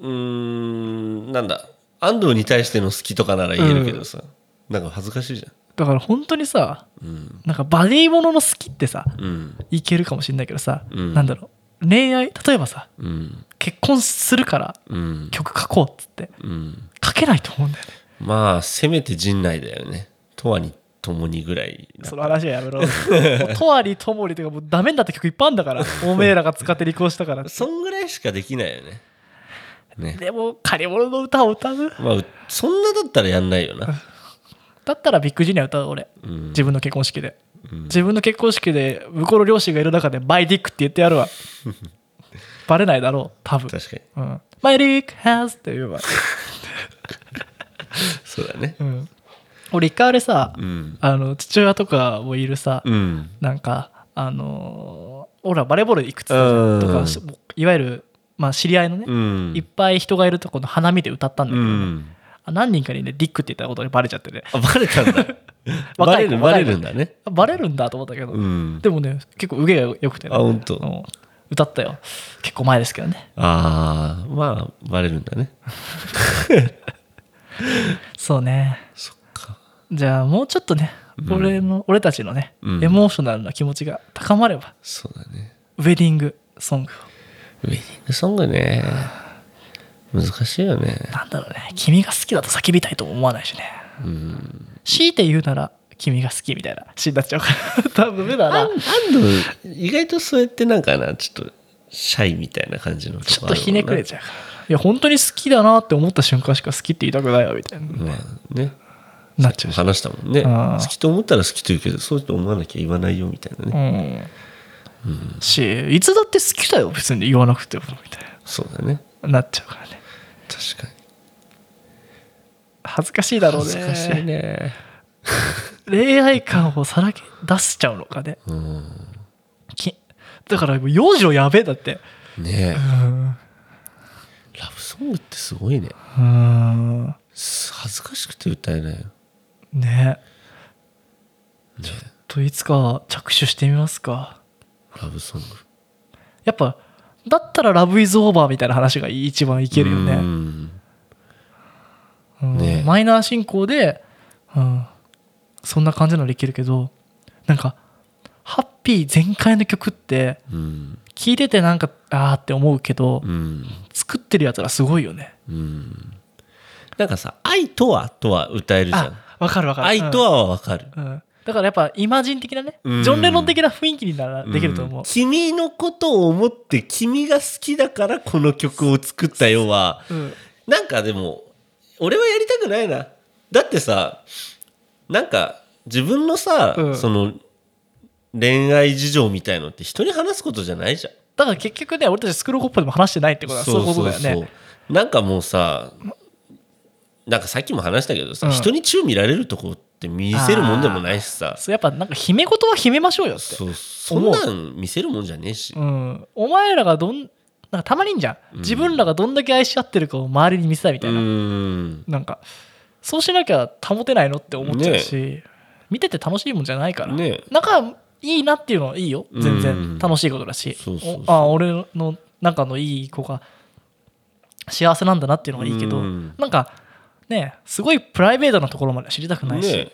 [SPEAKER 1] うーんなんだ安藤に対しての好きとかなら言えるけどさ、なんか恥ずかしいじゃ
[SPEAKER 2] だから本当にさ
[SPEAKER 1] んうん
[SPEAKER 2] なんかバディものの好きってさ
[SPEAKER 1] うん
[SPEAKER 2] いけるかもしれないけどさ、
[SPEAKER 1] うん
[SPEAKER 2] なんだろう恋愛例えばさ
[SPEAKER 1] うん
[SPEAKER 2] 結婚するから
[SPEAKER 1] うん
[SPEAKER 2] 曲書こうっつって
[SPEAKER 1] うん
[SPEAKER 2] 書けないと思うんだよね
[SPEAKER 1] まあせめて陣内だよねとはにともにぐらいだ
[SPEAKER 2] その話はやめ ろもうとわりともりというかもうダメになった曲いっぱいあるん だからおめえらが使って離婚したから
[SPEAKER 1] そんぐらいしかできないよねね
[SPEAKER 2] でも借り物の歌を歌う
[SPEAKER 1] まあうそんなだったらやんないよ な
[SPEAKER 2] だったらビッグジュニア歌う俺
[SPEAKER 1] うん
[SPEAKER 2] 自分の結婚式で
[SPEAKER 1] うん
[SPEAKER 2] 自分の結婚式で向こうの両親がいる中でバイディックって言ってやるわ バレないだろう多分
[SPEAKER 1] 確かに
[SPEAKER 2] うん、マイディックハウスって言え ば、
[SPEAKER 1] そうだね
[SPEAKER 2] うん、俺一回あれさ、
[SPEAKER 1] うん
[SPEAKER 2] あの父親とかもいるさ、
[SPEAKER 1] うん
[SPEAKER 2] なんかあのー俺はバレーボール行くつってたじゃんと
[SPEAKER 1] う
[SPEAKER 2] か
[SPEAKER 1] ん
[SPEAKER 2] しいわゆる、まあ、知り合いのね、
[SPEAKER 1] うん
[SPEAKER 2] いっぱい人がいるとこの花見で歌ったんだ
[SPEAKER 1] う
[SPEAKER 2] けどね、
[SPEAKER 1] ん
[SPEAKER 2] あ何人かにねディックって言ったことにバレちゃってね
[SPEAKER 1] あバレたん だバ
[SPEAKER 2] 若い
[SPEAKER 1] レ
[SPEAKER 2] 子
[SPEAKER 1] るバ
[SPEAKER 2] 若い
[SPEAKER 1] レ
[SPEAKER 2] 子
[SPEAKER 1] るんだね
[SPEAKER 2] あバレるんだと思ったけど、
[SPEAKER 1] うん
[SPEAKER 2] でもね結構腕が良くてね
[SPEAKER 1] あ本当
[SPEAKER 2] の歌ったよ結構前ですけどね
[SPEAKER 1] ああまあバレるんだね
[SPEAKER 2] そうね
[SPEAKER 1] そっか
[SPEAKER 2] じゃあもうちょっとね、俺の俺たちのね、
[SPEAKER 1] うん
[SPEAKER 2] エモーショナルな気持ちが高まれば
[SPEAKER 1] そうだね
[SPEAKER 2] ウェディングソング
[SPEAKER 1] ウェディングソングね難しいよね
[SPEAKER 2] をなんだろうね君が好きだと叫びたいとも思わないしね強いて言うなら君が好きみたいな詩になっちゃうから多分ダメだ
[SPEAKER 1] あ
[SPEAKER 2] なん
[SPEAKER 1] 安藤意外とそうやってなんかなちょっとシャイみたいな感じの
[SPEAKER 2] ちょっ
[SPEAKER 1] ことあるもんな
[SPEAKER 2] ひねくれちゃうからいや本当に好きだなって思った瞬間しか好きって言いたくないわみたいな、
[SPEAKER 1] まあね
[SPEAKER 2] なっちゃうし、
[SPEAKER 1] 話したもんね
[SPEAKER 2] あー
[SPEAKER 1] 好きと思ったら好きと言うけどそうと思わなきゃ言わないよみたいな
[SPEAKER 2] う
[SPEAKER 1] ね、
[SPEAKER 2] んしいつだって好きだよ別に言わなくてもみたい
[SPEAKER 1] そうだね
[SPEAKER 2] ななっちゃうからね
[SPEAKER 1] 確かに
[SPEAKER 2] 恥ずかしいだろう
[SPEAKER 1] 恥
[SPEAKER 2] ね
[SPEAKER 1] ず かしいね
[SPEAKER 2] 恋愛感をさらけ出しちゃうのかね
[SPEAKER 1] うん
[SPEAKER 2] きだからもう幼女やべえだって
[SPEAKER 1] ね
[SPEAKER 2] う
[SPEAKER 1] え
[SPEAKER 2] ん
[SPEAKER 1] ラブソングってすごいね
[SPEAKER 2] うん
[SPEAKER 1] 恥ずかしくて歌えないよ、ね
[SPEAKER 2] ね
[SPEAKER 1] え
[SPEAKER 2] といつか着手してみますか
[SPEAKER 1] ラブソング
[SPEAKER 2] やっぱだったら「ラブイズオーバーみたいな話が一番いけるよ
[SPEAKER 1] う
[SPEAKER 2] ね,
[SPEAKER 1] ん
[SPEAKER 2] うん、
[SPEAKER 1] ね
[SPEAKER 2] マイナー進行で、うん、そんな感じならいけるけどなんかハッピー全開の曲って
[SPEAKER 1] うん
[SPEAKER 2] 聞いててなんかあーって思うけど、
[SPEAKER 1] うん
[SPEAKER 2] 作ってるやつらすごいよね
[SPEAKER 1] うんなんかさ「愛とは」とは歌えるじゃん
[SPEAKER 2] あわかる
[SPEAKER 1] 「
[SPEAKER 2] わかる
[SPEAKER 1] 愛とは」はわかる、
[SPEAKER 2] うん、だからやっぱイマジン的なね、
[SPEAKER 1] うん
[SPEAKER 2] ジョン・レノン的な雰囲気にならできると思う、
[SPEAKER 1] ん君のことを思って君が好きだからこの曲を作ったよは
[SPEAKER 2] うん
[SPEAKER 1] なんかでも俺はやりたくないなだってさなんか自分のさ、
[SPEAKER 2] うん
[SPEAKER 1] その恋愛事情みたいのって人に話すことじゃないじゃん
[SPEAKER 2] だから結局ね俺たちスクロールコッパでも話してないってことはそういうことだよね
[SPEAKER 1] うなんかもうさなんかさっきも話したけどさ、
[SPEAKER 2] うん
[SPEAKER 1] 人に宙見られるとこって見せるもんでもないしさ
[SPEAKER 2] そうやっぱなんか秘め事は秘めましょうよって
[SPEAKER 1] そうそんなん見せるもんじゃねえし、
[SPEAKER 2] うん、お前らがどんなんかたまにいんじゃん、
[SPEAKER 1] うん
[SPEAKER 2] 自分らがどんだけ愛し合ってるかを周りに見せたいみたいな、
[SPEAKER 1] うん
[SPEAKER 2] なんかそうしなきゃ保てないのって思っちゃうし、見てて楽しいもんじゃないから、
[SPEAKER 1] ね
[SPEAKER 2] 仲いいなっていうのはいいよ全
[SPEAKER 1] うん
[SPEAKER 2] 然楽しいことだし、
[SPEAKER 1] そうそうそう
[SPEAKER 2] おあ俺の仲のいい子が幸せなんだなっていうのはいいけど、
[SPEAKER 1] うん
[SPEAKER 2] なんかねすごいプライベートなところまでは知りたくないし、
[SPEAKER 1] ね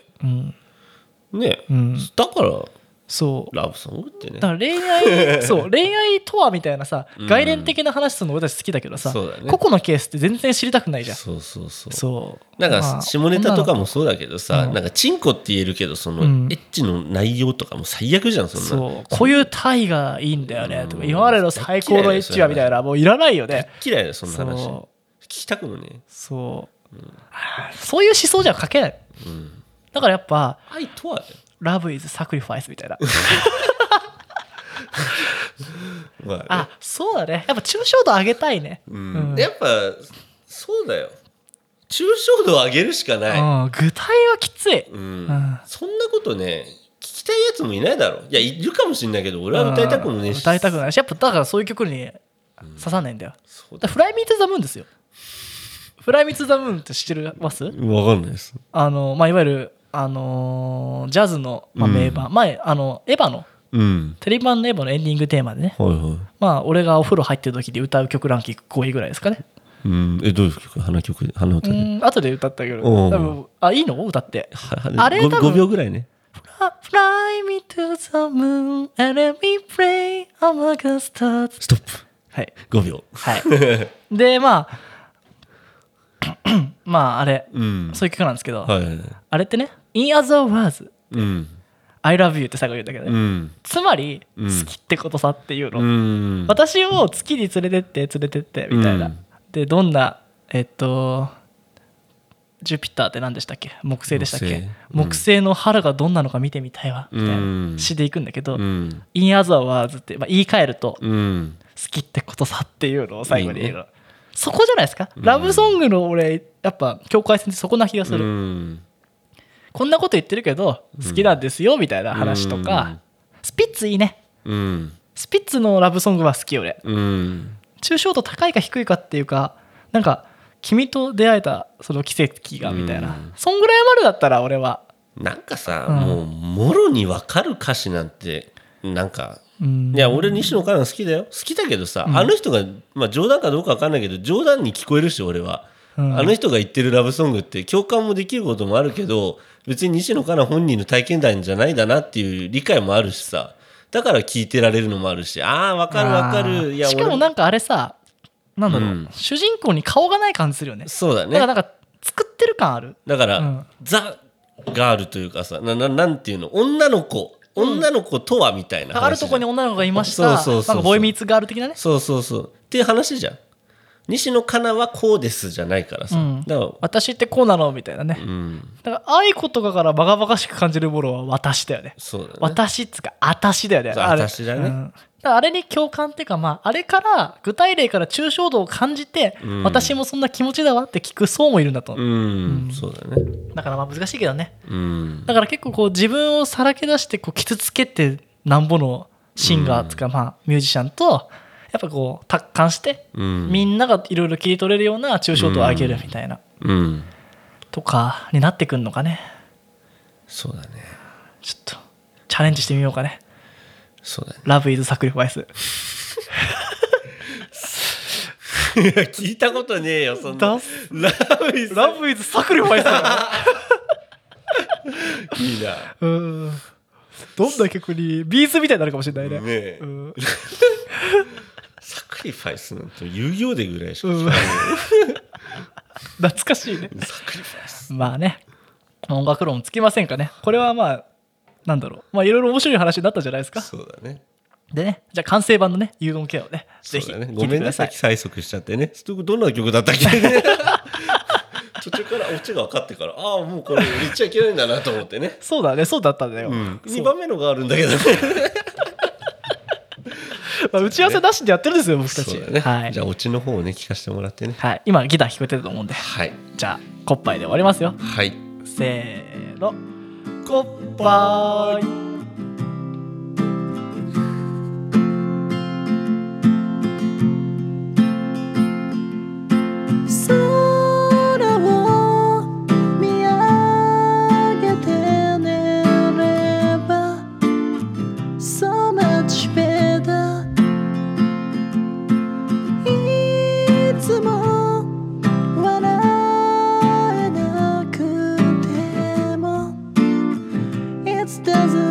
[SPEAKER 2] うん
[SPEAKER 1] ね、
[SPEAKER 2] うん、
[SPEAKER 1] だから
[SPEAKER 2] そう
[SPEAKER 1] ラブソングってね
[SPEAKER 2] だから恋 愛そう恋愛とはみたいなさ
[SPEAKER 1] うん
[SPEAKER 2] 概念的な話するの俺たち好きだけどさ、
[SPEAKER 1] そうだね
[SPEAKER 2] 個々のケースって全然知りたくないじゃん
[SPEAKER 1] そうそうそう
[SPEAKER 2] そう
[SPEAKER 1] なん
[SPEAKER 2] ま
[SPEAKER 1] か
[SPEAKER 2] あ
[SPEAKER 1] 下ネタとかもそうだけどさ、
[SPEAKER 2] うん
[SPEAKER 1] なんかチンコって言えるけどそのエ
[SPEAKER 2] うん
[SPEAKER 1] ッチの内容とかも最悪じゃんそんなの
[SPEAKER 2] そうこういう体がいいんだよねとか今までの最高のエッチはみた
[SPEAKER 1] 嫌
[SPEAKER 2] い
[SPEAKER 1] いだ
[SPEAKER 2] なもういらないよね
[SPEAKER 1] 嫌いだよそんな話聞
[SPEAKER 2] そ
[SPEAKER 1] きたくもね
[SPEAKER 2] うそう、あーそういう思想じゃ書けない
[SPEAKER 1] えうん
[SPEAKER 2] だからやっぱ
[SPEAKER 1] 愛とはだよ
[SPEAKER 2] 「Love is sacrifice」みたい な
[SPEAKER 1] まあね
[SPEAKER 2] あそうだねやっぱ抽象度上げたいね
[SPEAKER 1] うん
[SPEAKER 2] うん
[SPEAKER 1] やっぱそうだよ抽象度を上げるしかない、
[SPEAKER 2] うん具体はきつい
[SPEAKER 1] うん
[SPEAKER 2] ん
[SPEAKER 1] そんなことね聞きたいやつもいないだろういやいるかもしれないけど俺は歌いたくもねえ
[SPEAKER 2] うん
[SPEAKER 1] し
[SPEAKER 2] 歌いたくないしやっぱだからそういう曲に刺さないんだよ、
[SPEAKER 1] そう
[SPEAKER 2] だ
[SPEAKER 1] だ
[SPEAKER 2] フライミートザムーンですよ。フライミートザムーンって知ってます
[SPEAKER 1] 分かんないです
[SPEAKER 2] あの、まあ、いわゆる、あのージャズの、まあ、
[SPEAKER 1] うん
[SPEAKER 2] 名盤、前、あの、エヴァの、
[SPEAKER 1] うん
[SPEAKER 2] テレビ版のエヴァのエンディングテーマでね、
[SPEAKER 1] はいは
[SPEAKER 2] まあ、俺がお風呂入ってる時で歌う曲ランキング5位ぐらいですかね。
[SPEAKER 1] い、うん、えどういう曲花曲花
[SPEAKER 2] う
[SPEAKER 1] 歌
[SPEAKER 2] ん、後で歌ったけど、
[SPEAKER 1] おう
[SPEAKER 2] 多分あ、いいの歌って。
[SPEAKER 1] は
[SPEAKER 2] あれ
[SPEAKER 1] ご
[SPEAKER 2] 多分
[SPEAKER 1] 5秒ぐらいね
[SPEAKER 2] Fly me to the moon and let me play among the stars.
[SPEAKER 1] ストップ
[SPEAKER 2] はい。
[SPEAKER 1] 5秒
[SPEAKER 2] はい。で、まあ、 まあ、あれ、
[SPEAKER 1] うん
[SPEAKER 2] そういう曲なんですけど、
[SPEAKER 1] はいはいはい
[SPEAKER 2] あれってね、in other words,
[SPEAKER 1] うん。
[SPEAKER 2] I love you って最後言うんだけどね。
[SPEAKER 1] うん。
[SPEAKER 2] つまり、
[SPEAKER 1] うん
[SPEAKER 2] 好きってことさっていうの。
[SPEAKER 1] うん。
[SPEAKER 2] 私を月に連れてって、連れてって、みたいな。
[SPEAKER 1] うん
[SPEAKER 2] で、どんな、えっと、ジュピターって何でしたっけ木星でしたっけ
[SPEAKER 1] 木星うん
[SPEAKER 2] 木星の春がどんなのか見てみたいわ、みたいな、
[SPEAKER 1] うん
[SPEAKER 2] 詩でいくんだけど、
[SPEAKER 1] うん。
[SPEAKER 2] in other words って、まあ、言い換えると、
[SPEAKER 1] うん。
[SPEAKER 2] 好きってことさっていうのを最後に言うの
[SPEAKER 1] い
[SPEAKER 2] そこじゃないですか、ラブソングの俺やっぱ境界線ってそこな気がす
[SPEAKER 1] う
[SPEAKER 2] る、
[SPEAKER 1] ん。
[SPEAKER 2] こんなこと言ってるけど好きなんですよみたいな話とか、
[SPEAKER 1] うん
[SPEAKER 2] スピッツいいね
[SPEAKER 1] うん。
[SPEAKER 2] スピッツのラブソングは好き俺
[SPEAKER 1] うん。
[SPEAKER 2] 抽象度高いか低いかっていうかなんか君と出会えたその奇跡がみたいな、
[SPEAKER 1] うん
[SPEAKER 2] そんぐらいまでだったら俺は
[SPEAKER 1] なんかさ、
[SPEAKER 2] うん
[SPEAKER 1] もう、もろにわかる歌詞なんて、なんか、
[SPEAKER 2] うん
[SPEAKER 1] いや、俺、西野カナ好きだよ。好きだけどさ、あの人が、まあ、冗談かどうかわかんないけど、冗談に聞こえるし、俺は。
[SPEAKER 2] うん
[SPEAKER 1] あの人が言ってるラブソングって共感もできることもあるけど別に西野カナ本人の体験談じゃないだなっていう理解もあるしさだから聞いてられるのもあるしああわかるわか
[SPEAKER 2] あー
[SPEAKER 1] るいや
[SPEAKER 2] しかも
[SPEAKER 1] 俺
[SPEAKER 2] なんかあれさなんだろう、
[SPEAKER 1] うん
[SPEAKER 2] 主人公に顔がない感じするよね
[SPEAKER 1] そうだ
[SPEAKER 2] だ
[SPEAKER 1] ね
[SPEAKER 2] からなんか作ってる感ある
[SPEAKER 1] だから、
[SPEAKER 2] うん
[SPEAKER 1] ザ・ガールというかさなななんていうの女の子女の子とはみたいな話じゃん、
[SPEAKER 2] あるとこに女の子がいまし
[SPEAKER 1] そう
[SPEAKER 2] た
[SPEAKER 1] そうそうそう
[SPEAKER 2] なんかボーイミーツガール的なね
[SPEAKER 1] そうそうそうっていう話じゃん西野カナはこうですじゃないからさ、
[SPEAKER 2] うん
[SPEAKER 1] だか
[SPEAKER 2] 私ってこうなのみたいなね、
[SPEAKER 1] らうん
[SPEAKER 2] だから愛子とかからバカバカしく感じるものは私だよね
[SPEAKER 1] そうだね
[SPEAKER 2] 私っつうか私だよね
[SPEAKER 1] そう
[SPEAKER 2] あれ
[SPEAKER 1] 私だね
[SPEAKER 2] んだからあれに共感っていうかまああれから具体例から抽象度を感じて、
[SPEAKER 1] うん
[SPEAKER 2] 私もそんな気持ちだわって聞く層もいるんだと、
[SPEAKER 1] うん、
[SPEAKER 2] うん
[SPEAKER 1] そうだね
[SPEAKER 2] だからまあ難しいけどね
[SPEAKER 1] うん
[SPEAKER 2] だから結構こう自分をさらけ出してこう傷つけてなんぼのシンガーっつうかまあミュージシャンとやっぱこう達観して
[SPEAKER 1] うん
[SPEAKER 2] みんながいろいろ切り取れるような抽象度を上げるみたいな、
[SPEAKER 1] うん
[SPEAKER 2] とかになってくんのかね
[SPEAKER 1] そうだね
[SPEAKER 2] ちょっとチャレンジしてみようかね
[SPEAKER 1] そうだね
[SPEAKER 2] 「Love is Sacrifice
[SPEAKER 1] いや 聞いたことねえよそんな
[SPEAKER 2] ダ
[SPEAKER 1] ラ
[SPEAKER 2] ン
[SPEAKER 1] ブイ」
[SPEAKER 2] 「
[SPEAKER 1] ズ
[SPEAKER 2] Love is Sacrifice だよ」
[SPEAKER 1] いいな
[SPEAKER 2] うんどんな曲にビーズみたいになるかもしれないね
[SPEAKER 1] ねえ
[SPEAKER 2] うん
[SPEAKER 1] サクリファイスなんて遊戯でぐらいしか聞か
[SPEAKER 2] 懐かしいね
[SPEAKER 1] ないサクリファイス
[SPEAKER 2] まあね音楽論つきませんかねこれはまあなんだろうまあいろいろ面白い話になったんじゃないですか
[SPEAKER 1] そうだね
[SPEAKER 2] でねじゃあ完成版のね「You Don't Care」をねぜひ
[SPEAKER 1] そうだね
[SPEAKER 2] 聞
[SPEAKER 1] ご
[SPEAKER 2] いて
[SPEAKER 1] めん
[SPEAKER 2] くだ
[SPEAKER 1] な
[SPEAKER 2] さ
[SPEAKER 1] さ
[SPEAKER 2] い
[SPEAKER 1] い催促しちゃってねどんな曲だったっけね途中からオチが分かってからああもうこれ言っちゃいけないんだなと思ってね、
[SPEAKER 2] そうだねそうだったんだよ、
[SPEAKER 1] うん、
[SPEAKER 2] そう
[SPEAKER 1] 2番目のがあるんだけ どね
[SPEAKER 2] まあ打ち合わせなしでやってるんですよ僕たち、
[SPEAKER 1] そうだね、
[SPEAKER 2] はい
[SPEAKER 1] じゃあオチの方をね聞かせてもらってね
[SPEAKER 2] はい、今ギター弾こえてると思うんで
[SPEAKER 1] はい
[SPEAKER 2] じゃあコッパイで終わりますよ
[SPEAKER 1] はい
[SPEAKER 2] せーのコッパイ
[SPEAKER 3] 空を見上げて寝れば So much better いつも笑えなくても It doesn't